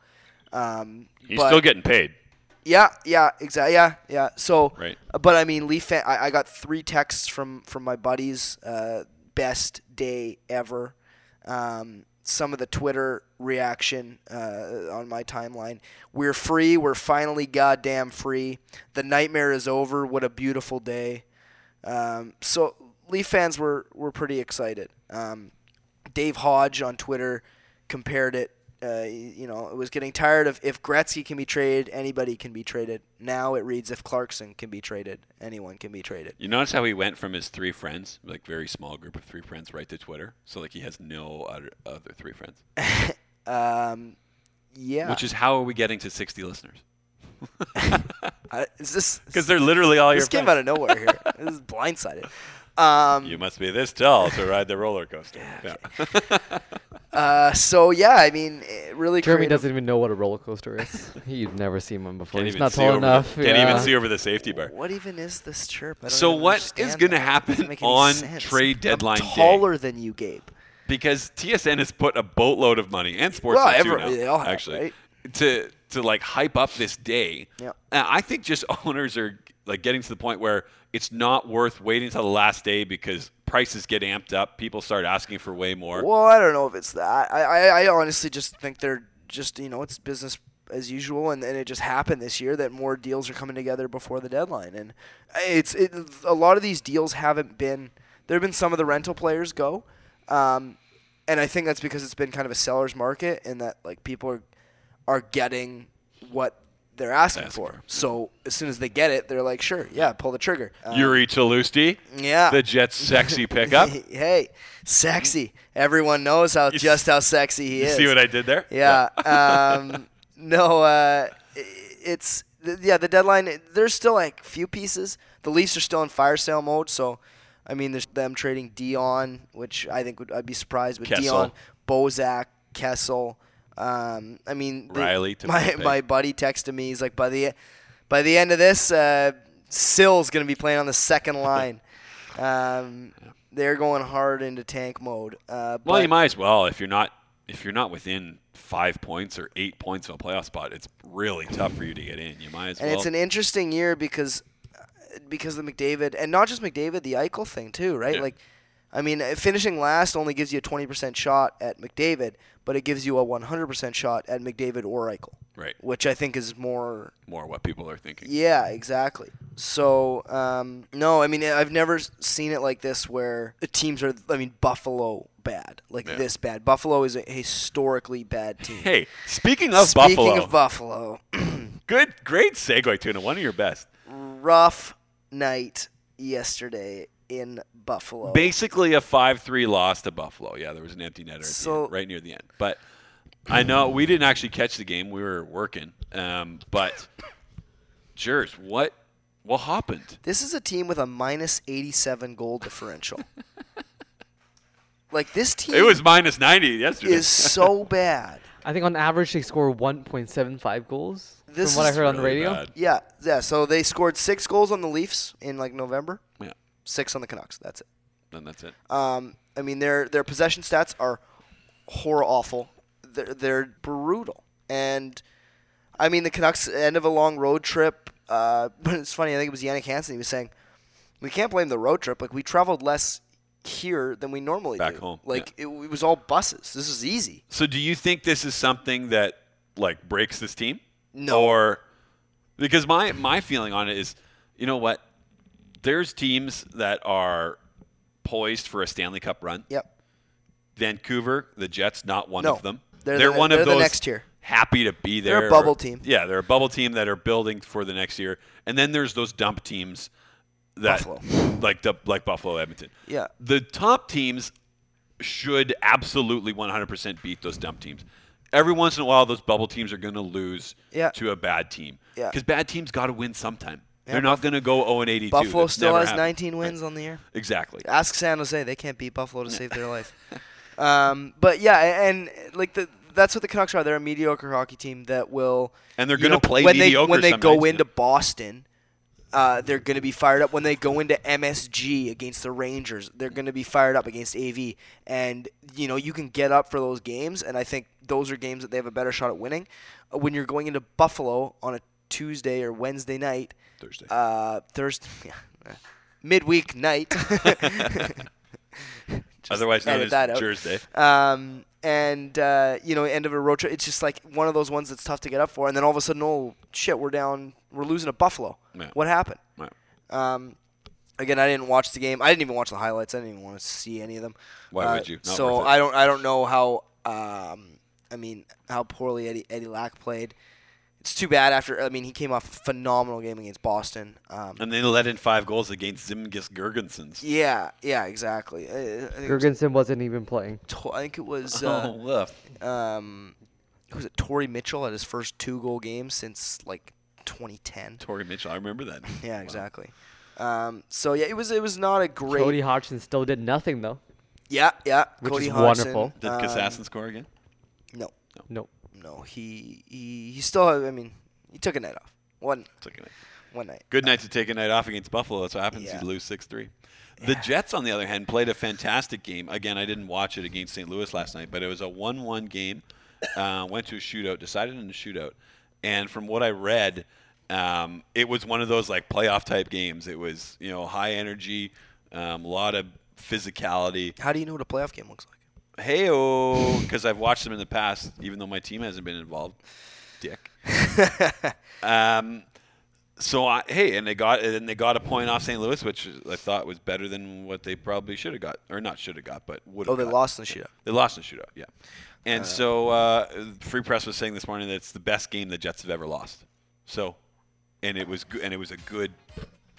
Speaker 2: Um,
Speaker 1: He's
Speaker 2: but-
Speaker 1: still getting paid.
Speaker 2: yeah, yeah, exactly. Yeah, yeah. So,
Speaker 1: Right.
Speaker 2: but I mean, Leaf fan. I, I got three texts from from my buddies. Uh, best day ever. Um, some of the Twitter reaction uh, on my timeline. We're free. We're finally goddamn free. The nightmare is over. What a beautiful day. Um, so Leaf fans were were pretty excited. Um, Dave Hodge on Twitter compared it. Uh, you know, it was getting tired of if Gretzky can be traded, anybody can be traded. Now it reads if Clarkson can be traded, anyone can be traded.
Speaker 1: You notice how he went from his three friends, like very small group of three friends, right to Twitter. So like he has no other, other three friends,
Speaker 2: Um, yeah.
Speaker 1: which is how are we getting to 60
Speaker 2: (laughs)
Speaker 1: listeners?
Speaker 2: I, is this
Speaker 1: Because they're literally all
Speaker 2: this
Speaker 1: your
Speaker 2: came
Speaker 1: friends.
Speaker 2: out of nowhere
Speaker 1: (laughs)
Speaker 2: here? this is blindsided. Um,
Speaker 1: you must be this tall to ride the roller
Speaker 2: (laughs)
Speaker 1: coaster. Yeah.
Speaker 2: uh, so yeah, I mean, it really.
Speaker 3: Jeremy
Speaker 2: creative-
Speaker 3: doesn't even know what a roller coaster
Speaker 1: (laughs)
Speaker 3: is. (laughs) He'd never seen one before.
Speaker 1: Can't
Speaker 3: He's
Speaker 1: even
Speaker 3: not
Speaker 1: see
Speaker 3: tall
Speaker 1: over the-
Speaker 3: enough.
Speaker 1: Can't
Speaker 3: yeah.
Speaker 1: even see over the safety bar.
Speaker 2: What even is this chirp? I don't
Speaker 1: So
Speaker 2: even
Speaker 1: what is
Speaker 2: understand
Speaker 1: going to
Speaker 2: that. Doesn't
Speaker 1: happen
Speaker 2: make any
Speaker 1: on
Speaker 2: sense.
Speaker 1: trade deadline
Speaker 2: I'm
Speaker 1: day?
Speaker 2: taller than you, Gabe.
Speaker 1: Because TSN has put a boatload of money and sports
Speaker 2: Well,
Speaker 1: too
Speaker 2: every-
Speaker 1: now,
Speaker 2: they all have,
Speaker 1: actually
Speaker 2: right?
Speaker 1: to to like hype up this day.
Speaker 2: Yeah.
Speaker 1: Uh, I think just (laughs) owners are like getting to the point where it's not worth waiting till the last day because prices get amped up. People start asking for way more. (laughs)
Speaker 2: Well, I don't know if it's that. I, I, I honestly just think they're just you know it's business as usual, and, and it just happened this year that more deals are coming together before the deadline, and it's it, a lot of these deals haven't been. There have been some of the rental players go, um, and I think that's because it's been kind of a seller's market, and that like people are are getting what they're asking
Speaker 1: Asking
Speaker 2: for.
Speaker 1: for.
Speaker 2: So as soon as they get it, they're like, sure, yeah, pull the trigger. Um,
Speaker 1: Yuri Talusti,
Speaker 2: yeah.
Speaker 1: the Jets' sexy pickup. you
Speaker 2: (laughs) hey, sexy. Everyone knows how
Speaker 1: You s-
Speaker 2: just how sexy he is.
Speaker 1: see what I did there?
Speaker 2: Yeah. um, (laughs) no, uh, i- it's th- yeah. The deadline. There's still like few pieces. The Leafs are still in fire sale mode, so I mean, there's them trading Dion, which I think would, I'd be surprised with
Speaker 1: Kessel.
Speaker 2: Dion, Bozak, Kessel. Um, I mean, the-
Speaker 1: Riley to
Speaker 2: my
Speaker 1: Winnipeg.
Speaker 2: my buddy texted me. He's like, by the e-, by the end of this, uh, Sill's gonna be playing on
Speaker 1: (laughs)
Speaker 2: the second line. um, they're going hard into tank mode. Uh,
Speaker 1: (laughs) Well, you
Speaker 2: but-
Speaker 1: might as well if you're not if you're not within five points or eight points of a playoff spot. It's really tough for you to get in. You might as
Speaker 2: and
Speaker 1: well.
Speaker 2: it's an interesting year because uh, because of McDavid and not just McDavid, the Eichel thing too, right?
Speaker 1: Yeah.
Speaker 2: Like, I mean, uh, finishing last only gives you a twenty percent shot at McDavid, but it gives you a one hundred percent shot at McDavid or Eichel,
Speaker 1: right,
Speaker 2: which I think is more
Speaker 1: more what people are thinking.
Speaker 2: Yeah, exactly. So, um, no, I mean, I've never s- seen it like this where the teams are, I mean, Buffalo bad, like
Speaker 1: Yeah.
Speaker 2: this bad. Buffalo is a historically bad team.
Speaker 1: Hey, speaking of
Speaker 2: Speaking
Speaker 1: Buffalo,
Speaker 2: of Buffalo,
Speaker 1: good, great segue, Tuna. One of your best.
Speaker 2: rough night yesterday in Buffalo.
Speaker 1: Basically, a five-three loss to Buffalo. Yeah, there was an empty netter at the
Speaker 2: So-
Speaker 1: end, right near the end. But I know we didn't actually catch the game; we were working. Um, but, jurors, what what happened?
Speaker 2: This is a team with a minus 87
Speaker 1: (laughs)
Speaker 2: goal differential. like, this team
Speaker 1: It was minus ninety yesterday.
Speaker 2: (laughs) is so bad.
Speaker 3: I think on average they score 1.75 goals
Speaker 2: This
Speaker 3: from what I
Speaker 2: is
Speaker 3: heard on the
Speaker 1: Really
Speaker 3: radio.
Speaker 1: bad.
Speaker 2: Yeah, yeah. So they scored six goals on the Leafs in like November,
Speaker 1: Yeah,
Speaker 2: six on the Canucks. That's it.
Speaker 1: then that's it.
Speaker 2: Um, I mean, their their possession stats are horror awful. They're, they're brutal. And I mean, the Canucks end of a long road trip. Uh, (laughs) but it's funny. I think it was Yannick Hansen. He was saying, "We can't blame the road trip. Like we traveled less here than we normally
Speaker 1: Back
Speaker 2: do.
Speaker 1: home,
Speaker 2: Like it, it was all buses. This was easy.
Speaker 1: So do you think this is something that like breaks this team?
Speaker 2: No.
Speaker 1: Or because my my feeling on it is, you know what? There's teams that are poised for a Stanley Cup run.
Speaker 2: Yep.
Speaker 1: Vancouver, the Jets, not one
Speaker 2: No.
Speaker 1: of them.
Speaker 2: They're the-
Speaker 1: one
Speaker 2: they're
Speaker 1: of
Speaker 2: the
Speaker 1: those
Speaker 2: next tier.
Speaker 1: happy to be there.
Speaker 2: a bubble team.
Speaker 1: Yeah, they're a bubble team that are building for the next year. And then there's those dump teams that
Speaker 2: Buffalo.
Speaker 1: like the, like Buffalo, Edmonton.
Speaker 2: Yeah.
Speaker 1: The top teams should absolutely 100% beat those dump teams. Every once in a while, those bubble teams are going to lose
Speaker 2: Yeah.
Speaker 1: to a bad team.
Speaker 2: Yeah.
Speaker 1: Because bad teams got to win sometime.
Speaker 2: Yeah.
Speaker 1: They're not going to go 0 and 82.
Speaker 2: Buffalo
Speaker 1: That's
Speaker 2: still
Speaker 1: never
Speaker 2: has
Speaker 1: happened.
Speaker 2: 19 wins on the year.
Speaker 1: Exactly.
Speaker 2: Ask San Jose; they can't beat Buffalo to save their life. Um, but yeah, a- and like the that's what the Canucks are. They're a mediocre hockey team that will.
Speaker 1: And they're
Speaker 2: you
Speaker 1: gonna
Speaker 2: know,
Speaker 1: play
Speaker 2: when
Speaker 1: mediocre
Speaker 2: they when they
Speaker 1: some
Speaker 2: go
Speaker 1: nights, yeah.
Speaker 2: into Boston. Uh, they're going to be fired up when they go into MSG against the Rangers. They're going to be fired up against AV, and you know you can get up for those games. And I think those are games that they have a better shot at winning. Uh, When you're going into Buffalo on a Tuesday or Wednesday night,
Speaker 1: Thursday.
Speaker 2: uh, Thursday, (laughs)
Speaker 1: (laughs)
Speaker 2: midweek night. Just
Speaker 1: Otherwise known
Speaker 2: edit
Speaker 1: as
Speaker 2: that out.
Speaker 1: Thursday.
Speaker 2: Um, and uh, you know, end of a road trip. It's just like one of those ones that's tough to get up for, and then all of a sudden, oh shit, we're down, we're losing to Buffalo.
Speaker 1: Yeah.
Speaker 2: What happened?
Speaker 1: Right.
Speaker 2: Um, again, I didn't watch the game. I didn't even watch the highlights. I didn't even want to see any of them.
Speaker 1: Why
Speaker 2: Uh,
Speaker 1: would you? Not
Speaker 2: so
Speaker 1: worth it.
Speaker 2: I don't. I don't know how. Um, I mean, how poorly Eddie Eddie Lack played. It's too bad. After I mean, he came off a phenomenal game against Boston. Um,
Speaker 1: And they let in five goals against Zimgis Gergensons.
Speaker 2: yeah, yeah, exactly. I, I think it was
Speaker 3: Gergensen wasn't even playing.
Speaker 2: Tor- I think it
Speaker 1: (laughs)
Speaker 2: was.
Speaker 1: Oh,
Speaker 2: Uh,
Speaker 1: woof.
Speaker 2: um, who was it? Tory Mitchell at his first two goal game since like 2010.
Speaker 1: Tori Mitchell. I remember that.
Speaker 2: Yeah, exactly. Um, so yeah, it was it was not a great.
Speaker 3: Cody Hodgson still did nothing though.
Speaker 2: yeah, yeah.
Speaker 3: Which
Speaker 2: Cody
Speaker 3: is
Speaker 2: Hodgson,
Speaker 3: wonderful.
Speaker 1: Did
Speaker 2: um,
Speaker 1: Kassassin score again?
Speaker 2: No,
Speaker 3: No.
Speaker 2: no. He he he still. I mean, he took a night off. One
Speaker 1: It's like a night.
Speaker 2: one night.
Speaker 1: Good night to take a night off against Buffalo. That's what happens.
Speaker 2: Yeah.
Speaker 1: You lose 6 3. The Jets, on the other hand, played a fantastic game. Again, I didn't watch it against St. Louis last night, but it was a 1 1 game. Uh, went to a shootout, decided in a shootout. And from what I read, um, it was one of those like playoff type games. It was, you know, high energy, um, a lot of physicality.
Speaker 2: How do you know what a playoff game looks like?
Speaker 1: Hey, oh, because I've watched them in the past, even though my team hasn't been involved.
Speaker 2: (laughs)
Speaker 1: Dick. Um, so I, hey, and they got and they got a point off St. Louis, which I thought was better than what they probably should have got, or not should have got, but would.
Speaker 2: Oh, they lost in the shootout.
Speaker 1: They lost in the shootout. Yeah, and so uh, Free Press was saying this morning that it's the best game the Jets have ever lost. So, and it was go- and it was a good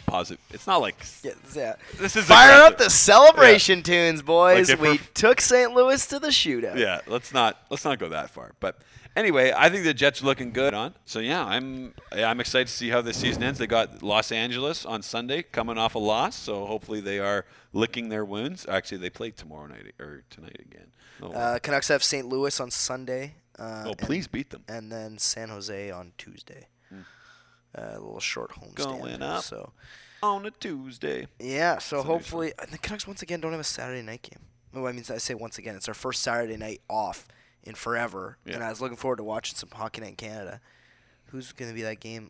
Speaker 1: positive. It's not like
Speaker 2: Yeah, yeah.
Speaker 1: this is
Speaker 2: Fire up the
Speaker 1: aggressive.
Speaker 2: celebration tunes, boys.
Speaker 1: Like if
Speaker 2: we
Speaker 1: we're-
Speaker 2: took St. Louis to the shootout.
Speaker 1: Yeah, let's not let's not go that far. But Anyway, I think the Jets are looking good on. So yeah, I'm I'm excited to see how this season ends. They got Los Angeles on Sunday, coming off a loss, so hopefully they are licking their wounds. Actually, they play tomorrow night or tonight again. Oh,
Speaker 2: Uh, Canucks have St. Louis on Sunday. Uh,
Speaker 1: oh,
Speaker 2: and-
Speaker 1: please beat them.
Speaker 2: And, then San Jose on Tuesday. Uh, a little short home
Speaker 1: Going up.
Speaker 2: So
Speaker 1: on a Tuesday.
Speaker 2: yeah, so
Speaker 1: Sunday,
Speaker 2: hopefully and the Canucks once again don't have a Saturday night game. No, I mean I say once again it's our first Saturday night off in forever,
Speaker 1: Yeah.
Speaker 2: and I was looking forward to watching some hockey night in Canada. Who's going to be that game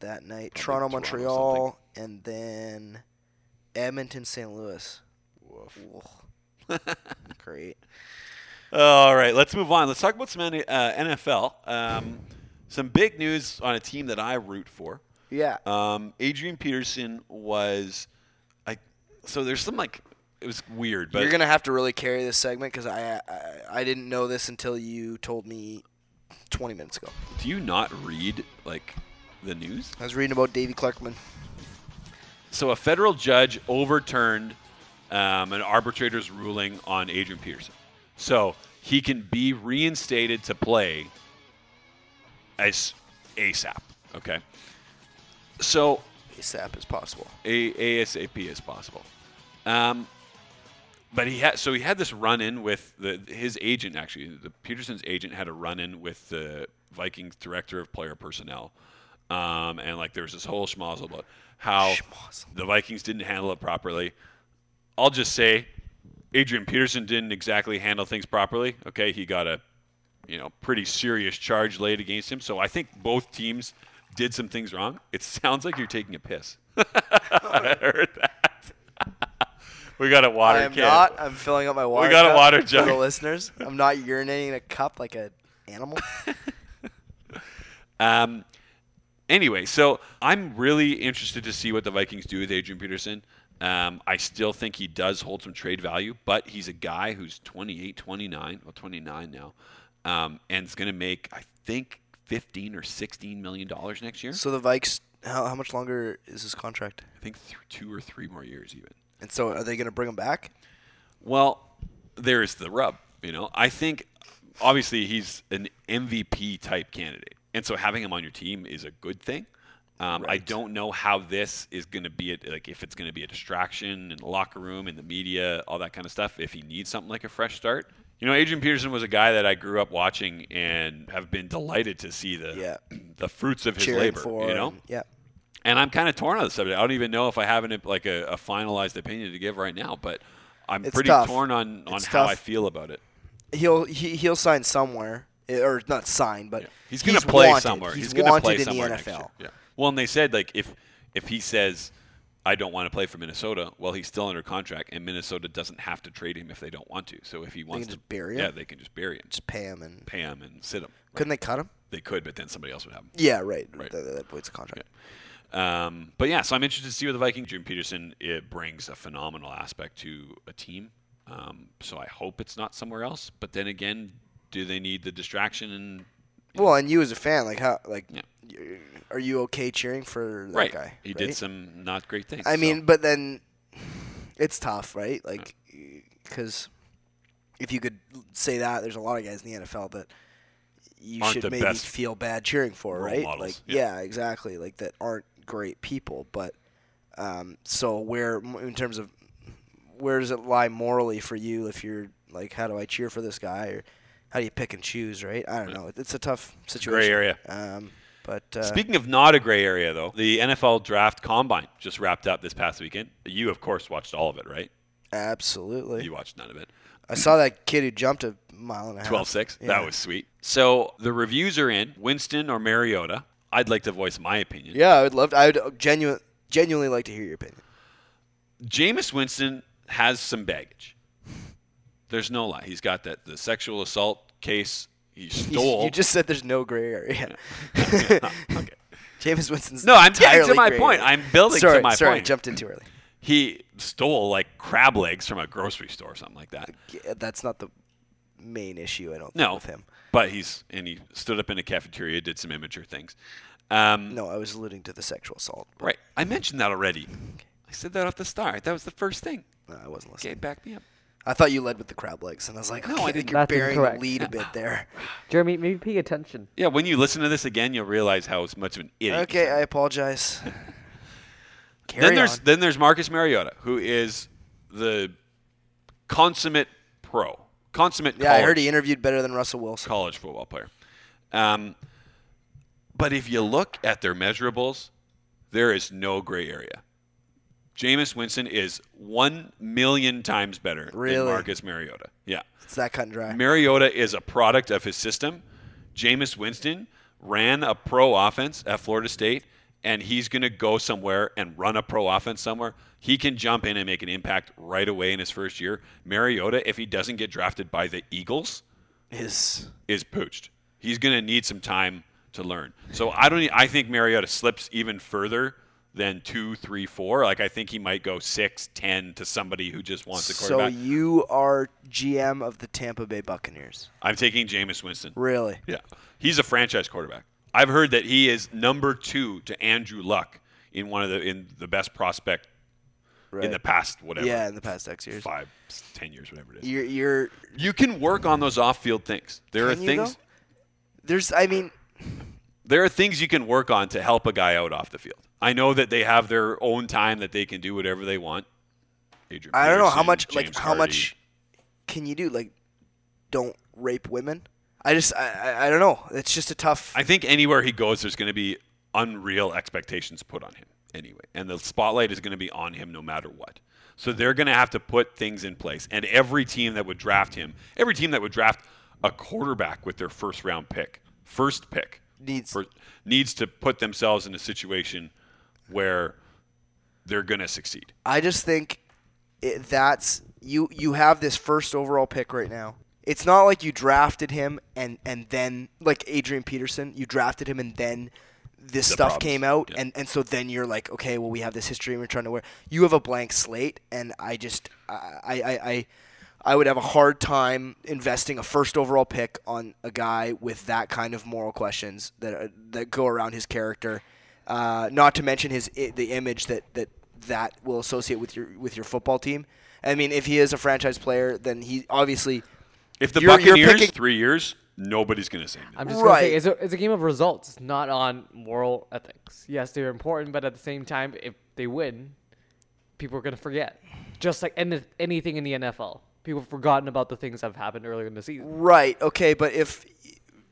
Speaker 2: that night?
Speaker 1: Toronto
Speaker 2: Toronto, Montreal, and then Edmonton, St. Louis. Woof.
Speaker 1: (laughs)
Speaker 2: Great.
Speaker 1: All right, let's move on. Let's talk about some N- uh, NFL. Um, some big news on a team that I root for.
Speaker 2: Yeah.
Speaker 1: Um, Adrian Peterson was, I, so there's some like it was weird, but
Speaker 2: You're gonna have to really carry this segment because I, I I didn't know this until you told me 20 minutes ago.
Speaker 1: do you not read like the news?
Speaker 2: I was reading about Davy Clarkman.
Speaker 1: So a federal judge overturned um, an arbitrator's ruling on Adrian Peterson. So he can be reinstated to play as ASAP. Okay. So
Speaker 2: ASAP as possible.
Speaker 1: a- ASAP as possible. Um, but he had so he had this run in with the his agent actually the Peterson's agent had a run in with the Vikings director of player personnel, um, and like there was this whole schmozzle about how
Speaker 2: Schmozzle.
Speaker 1: the Vikings didn't handle it properly. I'll just say, Adrian Peterson didn't exactly handle things properly. Okay, he got a you know pretty serious charge laid against him. So I think both teams did some things wrong. It sounds like you're taking a piss. (laughs) I heard that. (laughs) we got a water
Speaker 2: I am
Speaker 1: can.
Speaker 2: not. I'm filling up my water.
Speaker 1: got a
Speaker 2: cup
Speaker 1: water
Speaker 2: For the
Speaker 1: jug.
Speaker 2: listeners, I'm not urinating in a cup like an
Speaker 1: (laughs)
Speaker 2: animal.
Speaker 1: Um, anyway, so I'm really interested to see what the Vikings do with Adrian Peterson. Um, I still think he does hold some trade value, but he's a guy who's 28, 29, well, 29 now, um, and is going to make, I think, 15 or 16 million dollars next year.
Speaker 2: so the Vikes, how, how much longer is his contract?
Speaker 1: I think th- two or three more years, even.
Speaker 2: And so are they gonna bring him back?
Speaker 1: Well, there's the rub. You know, I think obviously he's an MVP type candidate, and so having him on your team is a good thing. Um, I don't know how this is going to be a, like if it's going to be a distraction in the locker room, in the media, all that kind of stuff. If he needs something like a fresh start, you know, Adrian Peterson was a guy that I grew up watching and have been delighted to see the
Speaker 2: Yeah.
Speaker 1: (clears throat) the fruits of his
Speaker 2: Cheering
Speaker 1: labor.
Speaker 2: for?
Speaker 1: you know,
Speaker 2: and- yeah.
Speaker 1: and I'm kind of torn on the subject. I don't even know if I have an, like a, a finalized opinion to give right now, but I'm
Speaker 2: It's
Speaker 1: pretty
Speaker 2: tough.
Speaker 1: torn on, on
Speaker 2: It's
Speaker 1: how I
Speaker 2: tough.
Speaker 1: feel about it.
Speaker 2: He'll he, he'll sign somewhere, Eh, or not sign, but
Speaker 1: Yeah. He's going to play
Speaker 2: wanted.
Speaker 1: somewhere. He's,
Speaker 2: He's,
Speaker 1: going to
Speaker 2: wanted
Speaker 1: play
Speaker 2: in
Speaker 1: somewhere
Speaker 2: the
Speaker 1: next
Speaker 2: NFL.
Speaker 1: year. Yeah. Well, and they said like if if he says I don't want to play for Minnesota, well he's still under contract, and Minnesota doesn't have to trade him if they don't want to. So if he wants
Speaker 2: just
Speaker 1: to
Speaker 2: bury
Speaker 1: yeah,
Speaker 2: him?
Speaker 1: they can just bury him,
Speaker 2: Just pay him and
Speaker 1: pay him, and sit him.
Speaker 2: couldn't they cut him?
Speaker 1: They could, but then somebody else would have him.
Speaker 2: Yeah, right.
Speaker 1: Right.
Speaker 2: That, that voids the contract.
Speaker 1: Um, but yeah, so I'm interested to see what the Viking Jim Peterson it brings a phenomenal aspect to a team. Um, so I hope it's not somewhere else. But then again, do they need the distraction? And
Speaker 2: Well, and you as a fan, like how, like,
Speaker 1: Yeah.
Speaker 2: y- are you okay cheering for that
Speaker 1: right,
Speaker 2: guy?
Speaker 1: he
Speaker 2: right?
Speaker 1: did some not great things.
Speaker 2: I
Speaker 1: so-
Speaker 2: mean, but then it's tough, right? Like, because if you could say that, there's a lot of guys in the NFL that you
Speaker 1: Aren't the
Speaker 2: should maybe
Speaker 1: best
Speaker 2: feel bad cheering for,
Speaker 1: role
Speaker 2: right?
Speaker 1: models,
Speaker 2: Like,
Speaker 1: yeah.
Speaker 2: yeah. exactly. Like that aren't great people, but um, so where in terms of where does it lie morally for you if you're like, how do I cheer for this guy or how do you pick and choose, right? I don't know. It's a tough situation.
Speaker 1: gray area.
Speaker 2: Um, but uh,
Speaker 1: Speaking of not a gray area, though, the NFL Draft Combine just wrapped up this past weekend. You, of course, watched all of it, right?
Speaker 2: absolutely.
Speaker 1: You watched none of it.
Speaker 2: I saw that kid who jumped a mile and a half.
Speaker 1: 12 6.
Speaker 2: Yeah.
Speaker 1: That was sweet. So the reviews are in Winston or Mariota. I'd like to voice my opinion.
Speaker 2: Yeah, I would love. To, I would genuine, genuinely like to hear your opinion.
Speaker 1: Jameis Winston has some baggage. There's no lie. He's got that the sexual assault case. He
Speaker 2: You-
Speaker 1: stole. (laughs)
Speaker 2: You just said there's no gray area. (laughs)
Speaker 1: Okay.
Speaker 2: James Winston's
Speaker 1: No, I'm getting to
Speaker 2: entirely
Speaker 1: my
Speaker 2: gray
Speaker 1: point.
Speaker 2: area.
Speaker 1: I'm building
Speaker 2: sorry,
Speaker 1: to my
Speaker 2: sorry,
Speaker 1: point.
Speaker 2: jumped in too early.
Speaker 1: He stole like crab legs from a grocery store or something like that.
Speaker 2: Yeah, That's not the main issue. I don't
Speaker 1: No,
Speaker 2: think with him.
Speaker 1: but he's and he stood up in a cafeteria, did some immature things. Um,
Speaker 2: No, I was alluding to the sexual assault.
Speaker 1: Right, I mentioned that already. I said that off the start. That was the first thing.
Speaker 2: No, I wasn't listening.
Speaker 1: Okay, back me up.
Speaker 2: I thought you led with the crab legs, and I was like,
Speaker 1: No,
Speaker 2: okay,
Speaker 1: I
Speaker 2: I
Speaker 1: didn't.
Speaker 2: think you're
Speaker 3: That's
Speaker 2: burying
Speaker 3: incorrect.
Speaker 2: the lead a bit
Speaker 1: (sighs)
Speaker 2: there.
Speaker 3: Jeremy, maybe pay attention.
Speaker 1: Yeah, when you listen to this again, you'll realize how much of an idiot. you
Speaker 2: okay, I
Speaker 1: sound. (laughs)
Speaker 2: apologize. Carry
Speaker 1: then there's
Speaker 2: on.
Speaker 1: then there's Marcus Mariota, who is the consummate pro, consummate.
Speaker 2: yeah, I
Speaker 1: college
Speaker 2: heard he interviewed better than Russell Wilson.
Speaker 1: college football player. Um, but if you look at their measurables, there is no gray area. Jameis Winston is one million times better than
Speaker 2: Really?
Speaker 1: Marcus Mariota. Yeah.
Speaker 2: It's that cut and dry.
Speaker 1: Mariota is a product of his system. Jameis Winston ran a pro offense at Florida State, and he's going to go somewhere and run a pro offense somewhere. He can jump in and make an impact right away in his first year. Mariota, if he doesn't get drafted by the Eagles,
Speaker 2: His
Speaker 1: is pooched. He's going to need some time to learn. So I don't. e- I think Mariota slips even further than two, three, four. Like I think he might go six, ten to somebody who just wants a
Speaker 2: so
Speaker 1: quarterback.
Speaker 2: you are GM of the Tampa Bay Buccaneers.
Speaker 1: I'm taking Jameis Winston.
Speaker 2: Really?
Speaker 1: Yeah, he's a franchise quarterback. I've heard that he is number two to Andrew Luck in one of the in the best prospect
Speaker 2: Right.
Speaker 1: in the past whatever.
Speaker 2: yeah, in the past X years.
Speaker 1: five, ten years, whatever it is.
Speaker 2: You're, you're
Speaker 1: You can work on those off-field things. There
Speaker 2: can
Speaker 1: are
Speaker 2: you,
Speaker 1: things.
Speaker 2: though? There's, I mean,
Speaker 1: there are things you can work on to help a guy out off the field. I know that they have their own time that they can do whatever they want. Adrian
Speaker 2: I don't know how
Speaker 1: Peterson,
Speaker 2: much, like,
Speaker 1: James
Speaker 2: how
Speaker 1: Hardy.
Speaker 2: much can you do? Like, don't rape women. I just, I, I, I don't know. It's just a tough.
Speaker 1: I think anywhere he goes, there's going to be unreal expectations put on him anyway, and the spotlight is going to be on him no matter what. So they're going to have to put things in place, and every team that would draft him, every team that would draft a quarterback with their first round pick, first pick,
Speaker 2: Needs-
Speaker 1: for, needs to put themselves in a situation where they're going to succeed.
Speaker 2: I just think it, that's you. You have this first overall pick right now. It's not like you drafted him and and then like Adrian Peterson, you drafted him and then this stuff
Speaker 1: problems.
Speaker 2: came out
Speaker 1: Yeah.
Speaker 2: and and so then you're like, okay, well we have this history and we're trying to wear. You have a blank slate, and I just I I. I, I I would have a hard time investing a first overall pick on a guy with that kind of moral questions that are, that go around his character. Uh, not to mention his i- the image that, that that will associate with your with your football team. I mean, if he is a franchise player, then he obviously
Speaker 1: If the
Speaker 2: You're- you're
Speaker 1: Buccaneers
Speaker 2: picking-
Speaker 1: three years, nobody's going to say anything.
Speaker 3: I'm just gonna
Speaker 2: Right.
Speaker 3: say it's a, it's a game of results, It's not on moral ethics. Yes, they're important, but at the same time, if they win, people are gonna forget. Just like any, anything in the NFL, people have forgotten about the things that have happened earlier in the season.
Speaker 2: right okay. But if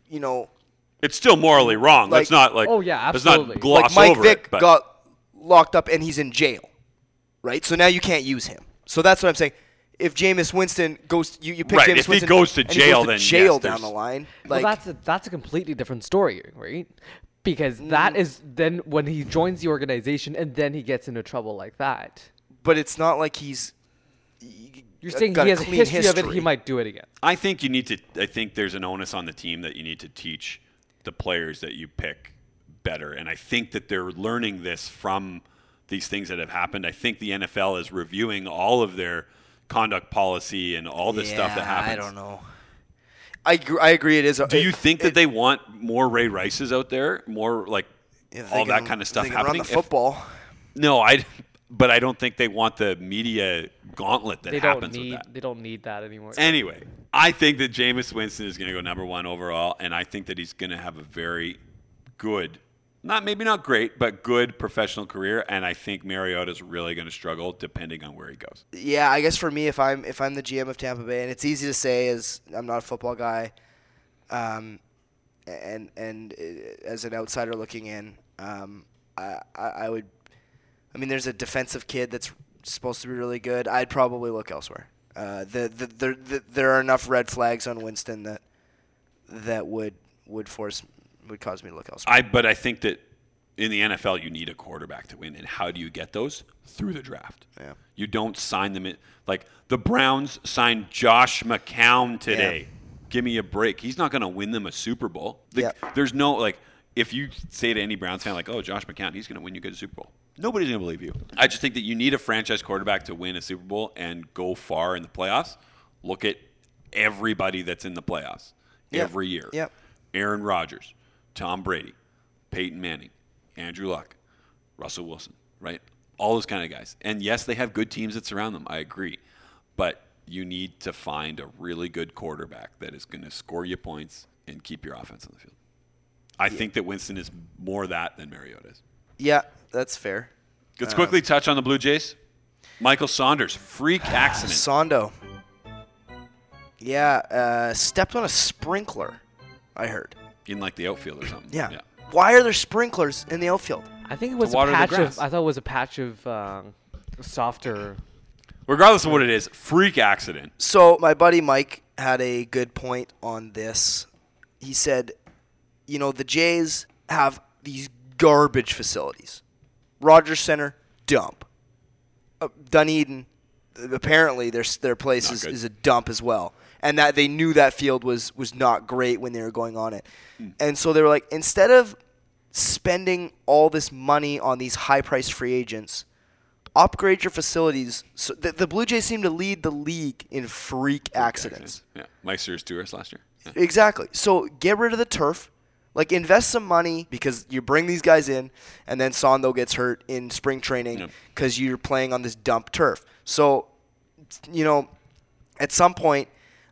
Speaker 2: you know,
Speaker 1: It's still morally wrong.
Speaker 2: Like-
Speaker 1: let's not like.
Speaker 3: Oh, yeah,
Speaker 1: let's
Speaker 3: absolutely.
Speaker 1: not gloss
Speaker 2: like Mike
Speaker 1: over
Speaker 2: Vick
Speaker 1: it. But
Speaker 2: got locked up and he's in jail, right? So now you can't use him. So that's what I'm saying. If Jameis Winston goes, you, you pick
Speaker 1: Right,
Speaker 2: Jameis
Speaker 1: if he
Speaker 2: Winston
Speaker 1: goes to
Speaker 2: and
Speaker 1: jail,
Speaker 2: he goes to
Speaker 1: then
Speaker 2: jail
Speaker 1: yes,
Speaker 2: down the
Speaker 1: there's-
Speaker 2: line.
Speaker 3: well,
Speaker 2: Like
Speaker 3: that's a, that's a completely different story, right? Because that is then when he joins the organization and then he gets into trouble like that.
Speaker 2: but it's not like he's. uh,
Speaker 3: You're saying
Speaker 2: got
Speaker 3: he
Speaker 2: a
Speaker 3: has a
Speaker 2: clean
Speaker 3: history, of it.
Speaker 2: history.
Speaker 3: He might do it again.
Speaker 1: I think you need to. I think there's an onus on the team that you need to teach the players that you pick better, and I think that they're learning this from these things that have happened. I think the NFL is reviewing all of their conduct policy and all this stuff that happens.
Speaker 2: I don't know. I gr- I agree. It is. A,
Speaker 1: Do you
Speaker 2: it-
Speaker 1: think that they want more Ray Rices out there, more like
Speaker 2: if they
Speaker 1: all that
Speaker 2: can-
Speaker 1: kind of
Speaker 2: if
Speaker 1: stuff
Speaker 2: they can
Speaker 1: happening?
Speaker 2: Run the
Speaker 1: If-
Speaker 2: football.
Speaker 1: no, I. But I don't think they want the media gauntlet that
Speaker 3: They don't
Speaker 1: happens with
Speaker 3: need
Speaker 1: that.
Speaker 3: they don't need that anymore.
Speaker 1: Anyway, I think that Jameis Winston is going to go number one overall, and I think that he's going to have a very good, not maybe not great, but good professional career. And I think Mariota's really going to struggle depending on where he goes.
Speaker 2: yeah, I guess for me, if I'm if I'm the GM of Tampa Bay, and it's easy to say as I'm not a football guy, um, and and uh, as an outsider looking in, um, I, I I would, I mean, there's a defensive kid that's supposed to be really good. I'd probably look elsewhere. Uh, the, the, the, the, there are enough red flags on Winston that that would would force would cause me to look elsewhere.
Speaker 1: I but I think that in the NFL you need a quarterback to win, and how do you get those through the draft?
Speaker 2: Yeah.
Speaker 1: You don't sign them in like the Browns signed Josh McCown today. Give me a break. He's not going to win them a Super Bowl. The-
Speaker 2: Yeah.
Speaker 1: There's no like if you say to any Browns fan like, "Oh, Josh McCown, he's going to win you a good Super Bowl." Nobody's going to believe you. I just think that you need a franchise quarterback to win a Super Bowl and go far in the playoffs. Look at everybody that's in the playoffs
Speaker 2: Yeah.
Speaker 1: every year.
Speaker 2: Yep.
Speaker 1: Aaron Rodgers, Tom Brady, Peyton Manning, Andrew Luck, Russell Wilson, right? All those kind of guys. And yes, they have good teams that surround them. I agree. But you need to find a really good quarterback that is going to score you points and keep your offense on the field. I think that Winston is more that than Mariota is.
Speaker 2: Yeah, that's fair. Um,
Speaker 1: Let's quickly touch on the Blue Jays. Michael Saunders,
Speaker 2: (sighs)
Speaker 1: freak accident.
Speaker 2: Sondo. Yeah, uh, stepped on a sprinkler. I heard.
Speaker 1: in like the outfield or something.
Speaker 2: Yeah. Why are there sprinklers in the outfield?
Speaker 3: I think it was a
Speaker 1: water the
Speaker 3: patch
Speaker 1: grass.
Speaker 3: of. I thought it was a patch of um, softer.
Speaker 1: Regardless of what it is, freak accident.
Speaker 2: So my buddy Mike had a good point on this. He said, you know, the Jays have these garbage facilities. Rogers Center, dump. Uh, Dunedin, uh, apparently their s- their place
Speaker 1: Not
Speaker 2: is,
Speaker 1: good.
Speaker 2: is a dump as well. And that they knew that field was was not great when they were going on it.
Speaker 1: Hmm.
Speaker 2: And so they were like, instead of spending all this money on these high priced free agents, upgrade your facilities. So the, the Blue Jays seem to lead the league in freak accidents.
Speaker 1: Yeah. Mike Sears tourist last year. Yeah.
Speaker 2: Exactly. So get rid of the turf. Like invest some money because you bring these guys in, and then Sondo gets hurt in spring training
Speaker 1: Yep.
Speaker 2: because you're playing on this dump turf. So, you know, at some point,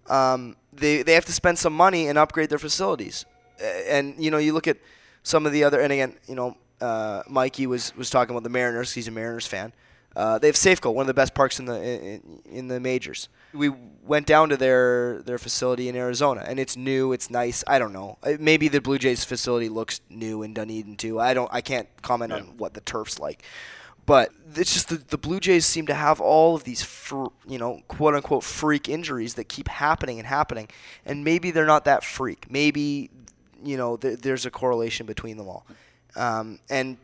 Speaker 2: um, they they have to spend some money and upgrade their facilities. A- And you know, you look at some of the other, and again, you know, uh, Mikey was was talking about the Mariners. He's a Mariners fan. Uh, they have Safeco, one of the best parks in the in, in the majors. We went down to their their facility in Arizona, and it's new, it's nice. I don't know. Uh, Maybe the Blue Jays facility looks new in Dunedin too. I don't. I can't comment on what the turf's like, but it's just the, the Blue Jays seem to have all of these, fr- you know, quote unquote freak injuries that keep happening and happening, and maybe they're not that freak. Maybe, you know, th- there's a correlation between them all. Um, and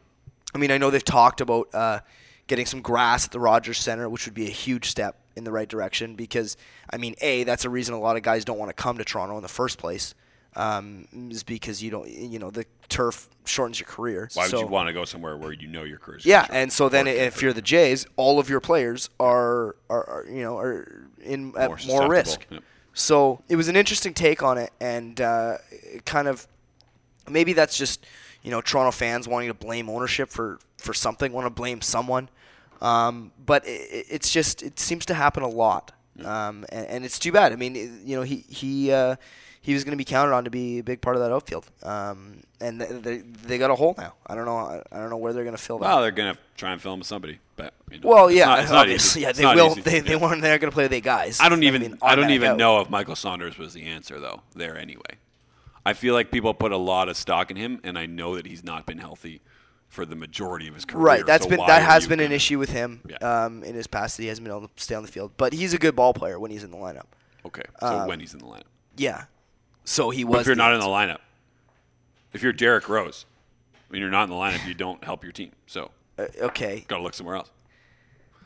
Speaker 2: I mean, I know they've talked about uh, getting some grass at the Rogers Center, which would be a huge step in the right direction because I mean, a that's a reason a lot of guys don't want to come to Toronto in the first place. Um, is because you don't, you know, the turf shortens your career.
Speaker 1: Why would
Speaker 2: So-
Speaker 1: you want to go somewhere where you know your career's
Speaker 2: yeah,
Speaker 1: gonna
Speaker 2: and so then
Speaker 1: Or
Speaker 2: if
Speaker 1: Clifford.
Speaker 2: you're the Jays, all of your players are are, are you know are in
Speaker 1: More
Speaker 2: at more,
Speaker 1: susceptible,
Speaker 2: risk.
Speaker 1: yep.
Speaker 2: So it was an interesting take on it, and uh, it kind of maybe that's just you know Toronto fans wanting to blame ownership for for something, want to blame someone. Um, but i- i it's just it seems to happen a lot,
Speaker 1: Mm.
Speaker 2: um, and, and it's too bad. I mean, i- you know he he. Uh, he was going to be counted on to be a big part of that outfield, um, and th- they, they got a hole now. I don't know. I, I don't know where they're going to fill that.
Speaker 1: Well, they're gonna try and film somebody, but you know,
Speaker 2: Well,
Speaker 1: it's
Speaker 2: yeah,
Speaker 1: not- it's not
Speaker 2: obviously,
Speaker 1: easy.
Speaker 2: yeah,
Speaker 1: It's
Speaker 2: they
Speaker 1: not
Speaker 2: will.
Speaker 1: easy.
Speaker 2: They, they
Speaker 1: Yeah.
Speaker 2: weren't. They're going to play with eight guys.
Speaker 1: I don't even.
Speaker 2: mean,
Speaker 1: I don't
Speaker 2: automatic
Speaker 1: even
Speaker 2: out.
Speaker 1: know if Michael Saunders was the answer though. There anyway, I feel like people put a lot of stock in him, and I know that he's not been healthy for the majority of his career.
Speaker 2: Right, that's
Speaker 1: so
Speaker 2: been
Speaker 1: why
Speaker 2: that
Speaker 1: are
Speaker 2: has
Speaker 1: you
Speaker 2: been an
Speaker 1: gonna-
Speaker 2: issue with him
Speaker 1: Yeah.
Speaker 2: um, in his past. That he hasn't been able to stay on the field, but he's a good ball player when he's in the lineup.
Speaker 1: Okay, so when he's in the lineup,
Speaker 2: Yeah, so he
Speaker 1: But
Speaker 2: uh, was.
Speaker 1: if you're
Speaker 2: the
Speaker 1: not in
Speaker 2: answer.
Speaker 1: the lineup, if you're Derek Rose, when you're not in the lineup, you don't help your team. So
Speaker 2: Uh, okay,
Speaker 1: gotta look somewhere else.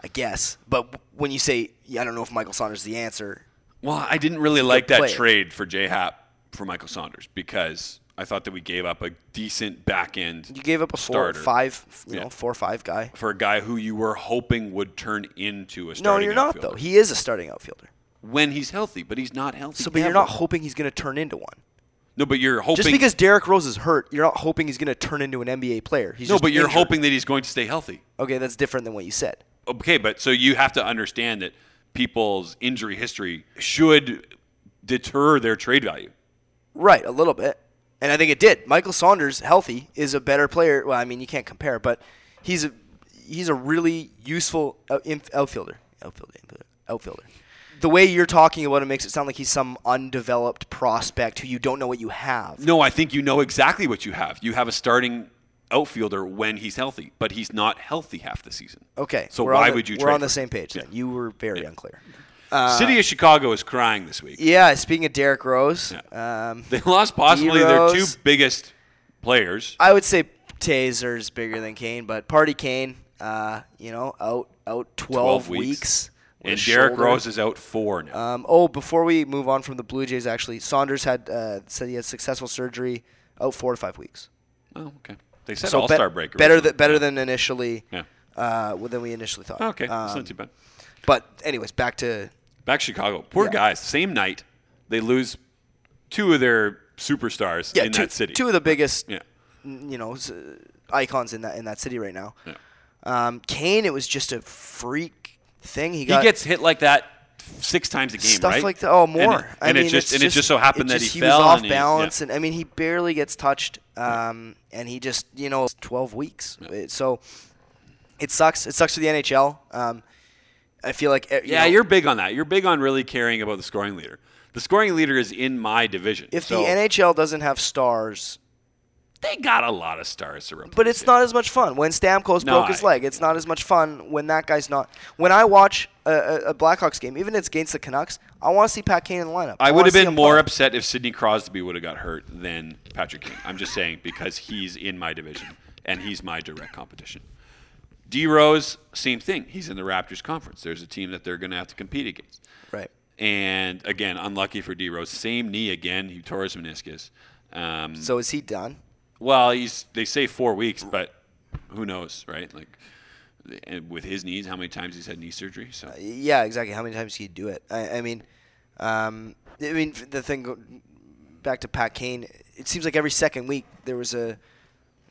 Speaker 2: I guess. But when you say, yeah, I don't know if Michael Saunders is the answer.
Speaker 1: Well, I didn't really like that
Speaker 2: player.
Speaker 1: trade for J Hap for Michael Saunders because I thought that we gave up a decent back end
Speaker 2: You gave up a four,
Speaker 1: Starter.
Speaker 2: five, you
Speaker 1: Yeah.
Speaker 2: know, four or five guy.
Speaker 1: for a guy who you were hoping would turn into a
Speaker 2: No,
Speaker 1: starting
Speaker 2: you're not
Speaker 1: outfielder.
Speaker 2: though. He is a starting outfielder.
Speaker 1: when he's healthy, but he's not healthy.
Speaker 2: So, but you're
Speaker 1: ever.
Speaker 2: not hoping he's going to turn into one.
Speaker 1: No, but you're hoping.
Speaker 2: Just because Derek Rose is hurt, you're not hoping he's going to turn into an NBA player. He's
Speaker 1: no,
Speaker 2: just
Speaker 1: but you're
Speaker 2: injured.
Speaker 1: hoping that he's going to stay healthy.
Speaker 2: Okay, that's different than what you said.
Speaker 1: Okay, but so you have to understand that people's injury history should deter their trade value.
Speaker 2: Right, a little bit. And I think it did. Michael Saunders, healthy, is a better player. Well, I mean, you can't compare, but he's a he's a really useful out- inf- outfielder. Outfielder, outfielder, outfielder. The way you're talking about it makes it sound like he's some undeveloped prospect who you don't know what you have.
Speaker 1: No, I think you know exactly what you have. You have a starting outfielder when he's healthy, but he's not healthy half the season.
Speaker 2: Okay,
Speaker 1: So
Speaker 2: we're on
Speaker 1: why
Speaker 2: the-
Speaker 1: would you?
Speaker 2: We're
Speaker 1: trade
Speaker 2: on the
Speaker 1: for him?
Speaker 2: same page. Then
Speaker 1: Yeah.
Speaker 2: you were very unclear.
Speaker 1: City of Chicago is crying this week.
Speaker 2: Yeah, speaking of Derrick Rose,
Speaker 1: Yeah.
Speaker 2: um,
Speaker 1: They lost possibly their two
Speaker 2: D-Rose.
Speaker 1: biggest players.
Speaker 2: I would say Taser's bigger than Kane, but Party Kane, uh, you know, out out 12,
Speaker 1: 12
Speaker 2: weeks.
Speaker 1: weeks.
Speaker 2: with
Speaker 1: And
Speaker 2: a
Speaker 1: Derek
Speaker 2: shoulder.
Speaker 1: Rose is out four now.
Speaker 2: Um, oh, before we move on from the Blue Jays, actually, Saunders had uh, said he had successful surgery out four to five weeks.
Speaker 1: oh, okay. They said
Speaker 2: so
Speaker 1: All Star
Speaker 2: bet-
Speaker 1: break.
Speaker 2: Better
Speaker 1: originally.
Speaker 2: than better than initially.
Speaker 1: Yeah.
Speaker 2: Uh, well, than we initially thought.
Speaker 1: Okay, that's
Speaker 2: Um,
Speaker 1: not too bad.
Speaker 2: But anyways, back to
Speaker 1: Back Chicago. Poor
Speaker 2: Yeah.
Speaker 1: guys. Same night, they lose two of their superstars
Speaker 2: yeah,
Speaker 1: in
Speaker 2: two,
Speaker 1: that city.
Speaker 2: two of the biggest,
Speaker 1: Yeah.
Speaker 2: n- you know, s- icons in that in that city right now.
Speaker 1: Yeah.
Speaker 2: Um, Kane, it was just a freak thing. He
Speaker 1: He
Speaker 2: got
Speaker 1: gets hit like that six times a game,
Speaker 2: stuff
Speaker 1: right?
Speaker 2: like that. Oh,
Speaker 1: And it-
Speaker 2: more. I
Speaker 1: And
Speaker 2: mean,
Speaker 1: it just
Speaker 2: it's
Speaker 1: and it just so happened
Speaker 2: it
Speaker 1: that
Speaker 2: just-
Speaker 1: he
Speaker 2: he
Speaker 1: fell
Speaker 2: was off
Speaker 1: and he- yeah.
Speaker 2: balance, and I mean, he barely gets touched, um, and he just you know it's 12 weeks. It- So it sucks. It sucks for the NHL. Um, I feel like uh, you
Speaker 1: Yeah,
Speaker 2: know,
Speaker 1: you're big on that. You're big on really caring about the scoring leader. The scoring leader is in my division.
Speaker 2: if
Speaker 1: so
Speaker 2: the NHL doesn't have stars,
Speaker 1: they got a lot of stars to replace.
Speaker 2: but it's
Speaker 1: him.
Speaker 2: not as much fun when Stamkos
Speaker 1: No,
Speaker 2: broke his
Speaker 1: I-
Speaker 2: leg. It's not as much fun when that guy's not. When I watch a, a, a Blackhawks game, even if it's against the Canucks, I want to see Pat Kane in the lineup.
Speaker 1: I would
Speaker 2: wanna
Speaker 1: have
Speaker 2: see
Speaker 1: been
Speaker 2: him
Speaker 1: more
Speaker 2: play.
Speaker 1: upset if Sidney Crosby would have got hurt than Patrick King. I'm just saying because he's in my division and he's my direct competition. D Rose, same thing. He's in the Raptors conference. There's a team that they're going to have to compete against.
Speaker 2: Right.
Speaker 1: And again, unlucky for D Rose, same knee again. He tore his meniscus. Um,
Speaker 2: So is he done?
Speaker 1: well, he's they say four weeks, but who knows, right? Like and with his knees, how many times he's had knee surgery? So
Speaker 2: Uh, Yeah, exactly. How many times can you do it? I, I mean, um, I mean the thing go- back to Pat Kane. It seems like every second week there was a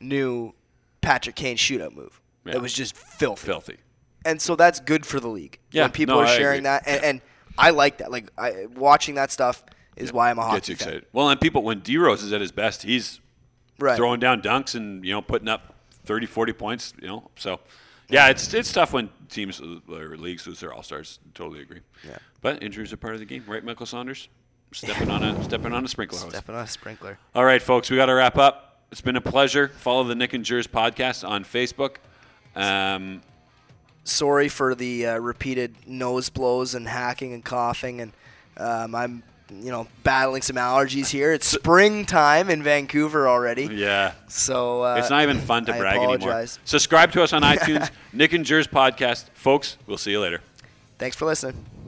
Speaker 2: new Patrick Kane shootout move.
Speaker 1: Yeah.
Speaker 2: It was just filthy.
Speaker 1: filthy.
Speaker 2: and so that's good for the league.
Speaker 1: Yeah,
Speaker 2: when people
Speaker 1: no,
Speaker 2: are
Speaker 1: I
Speaker 2: sharing
Speaker 1: agree.
Speaker 2: that, and,
Speaker 1: Yeah.
Speaker 2: and I like that. Like I, watching that stuff is why I'm a hockey
Speaker 1: Gets you
Speaker 2: fan.
Speaker 1: excited. Well, and people when D Rose is at his best, he's
Speaker 2: Right.
Speaker 1: throwing down dunks and you know putting up 30 40 points you know so yeah it's it's tough when teams uh, or leagues lose their all-stars totally agree
Speaker 2: Yeah.
Speaker 1: but injuries are part of the game right michael saunders stepping on a stepping on a sprinkler hose
Speaker 2: Stepping on a sprinkler.
Speaker 1: all right folks we got to wrap up it's been a pleasure follow the nick and jers podcast on facebook um,
Speaker 2: Sorry for the uh, repeated nose blows and hacking and coughing, and um, I'm you know battling some allergies here. It's springtime in Vancouver already.
Speaker 1: yeah
Speaker 2: So uh,
Speaker 1: it's not even fun to
Speaker 2: I
Speaker 1: brag anymore
Speaker 2: apologize. (laughs)
Speaker 1: subscribe to us on itunes nick and jers podcast folks we'll see you later
Speaker 2: Thanks for listening.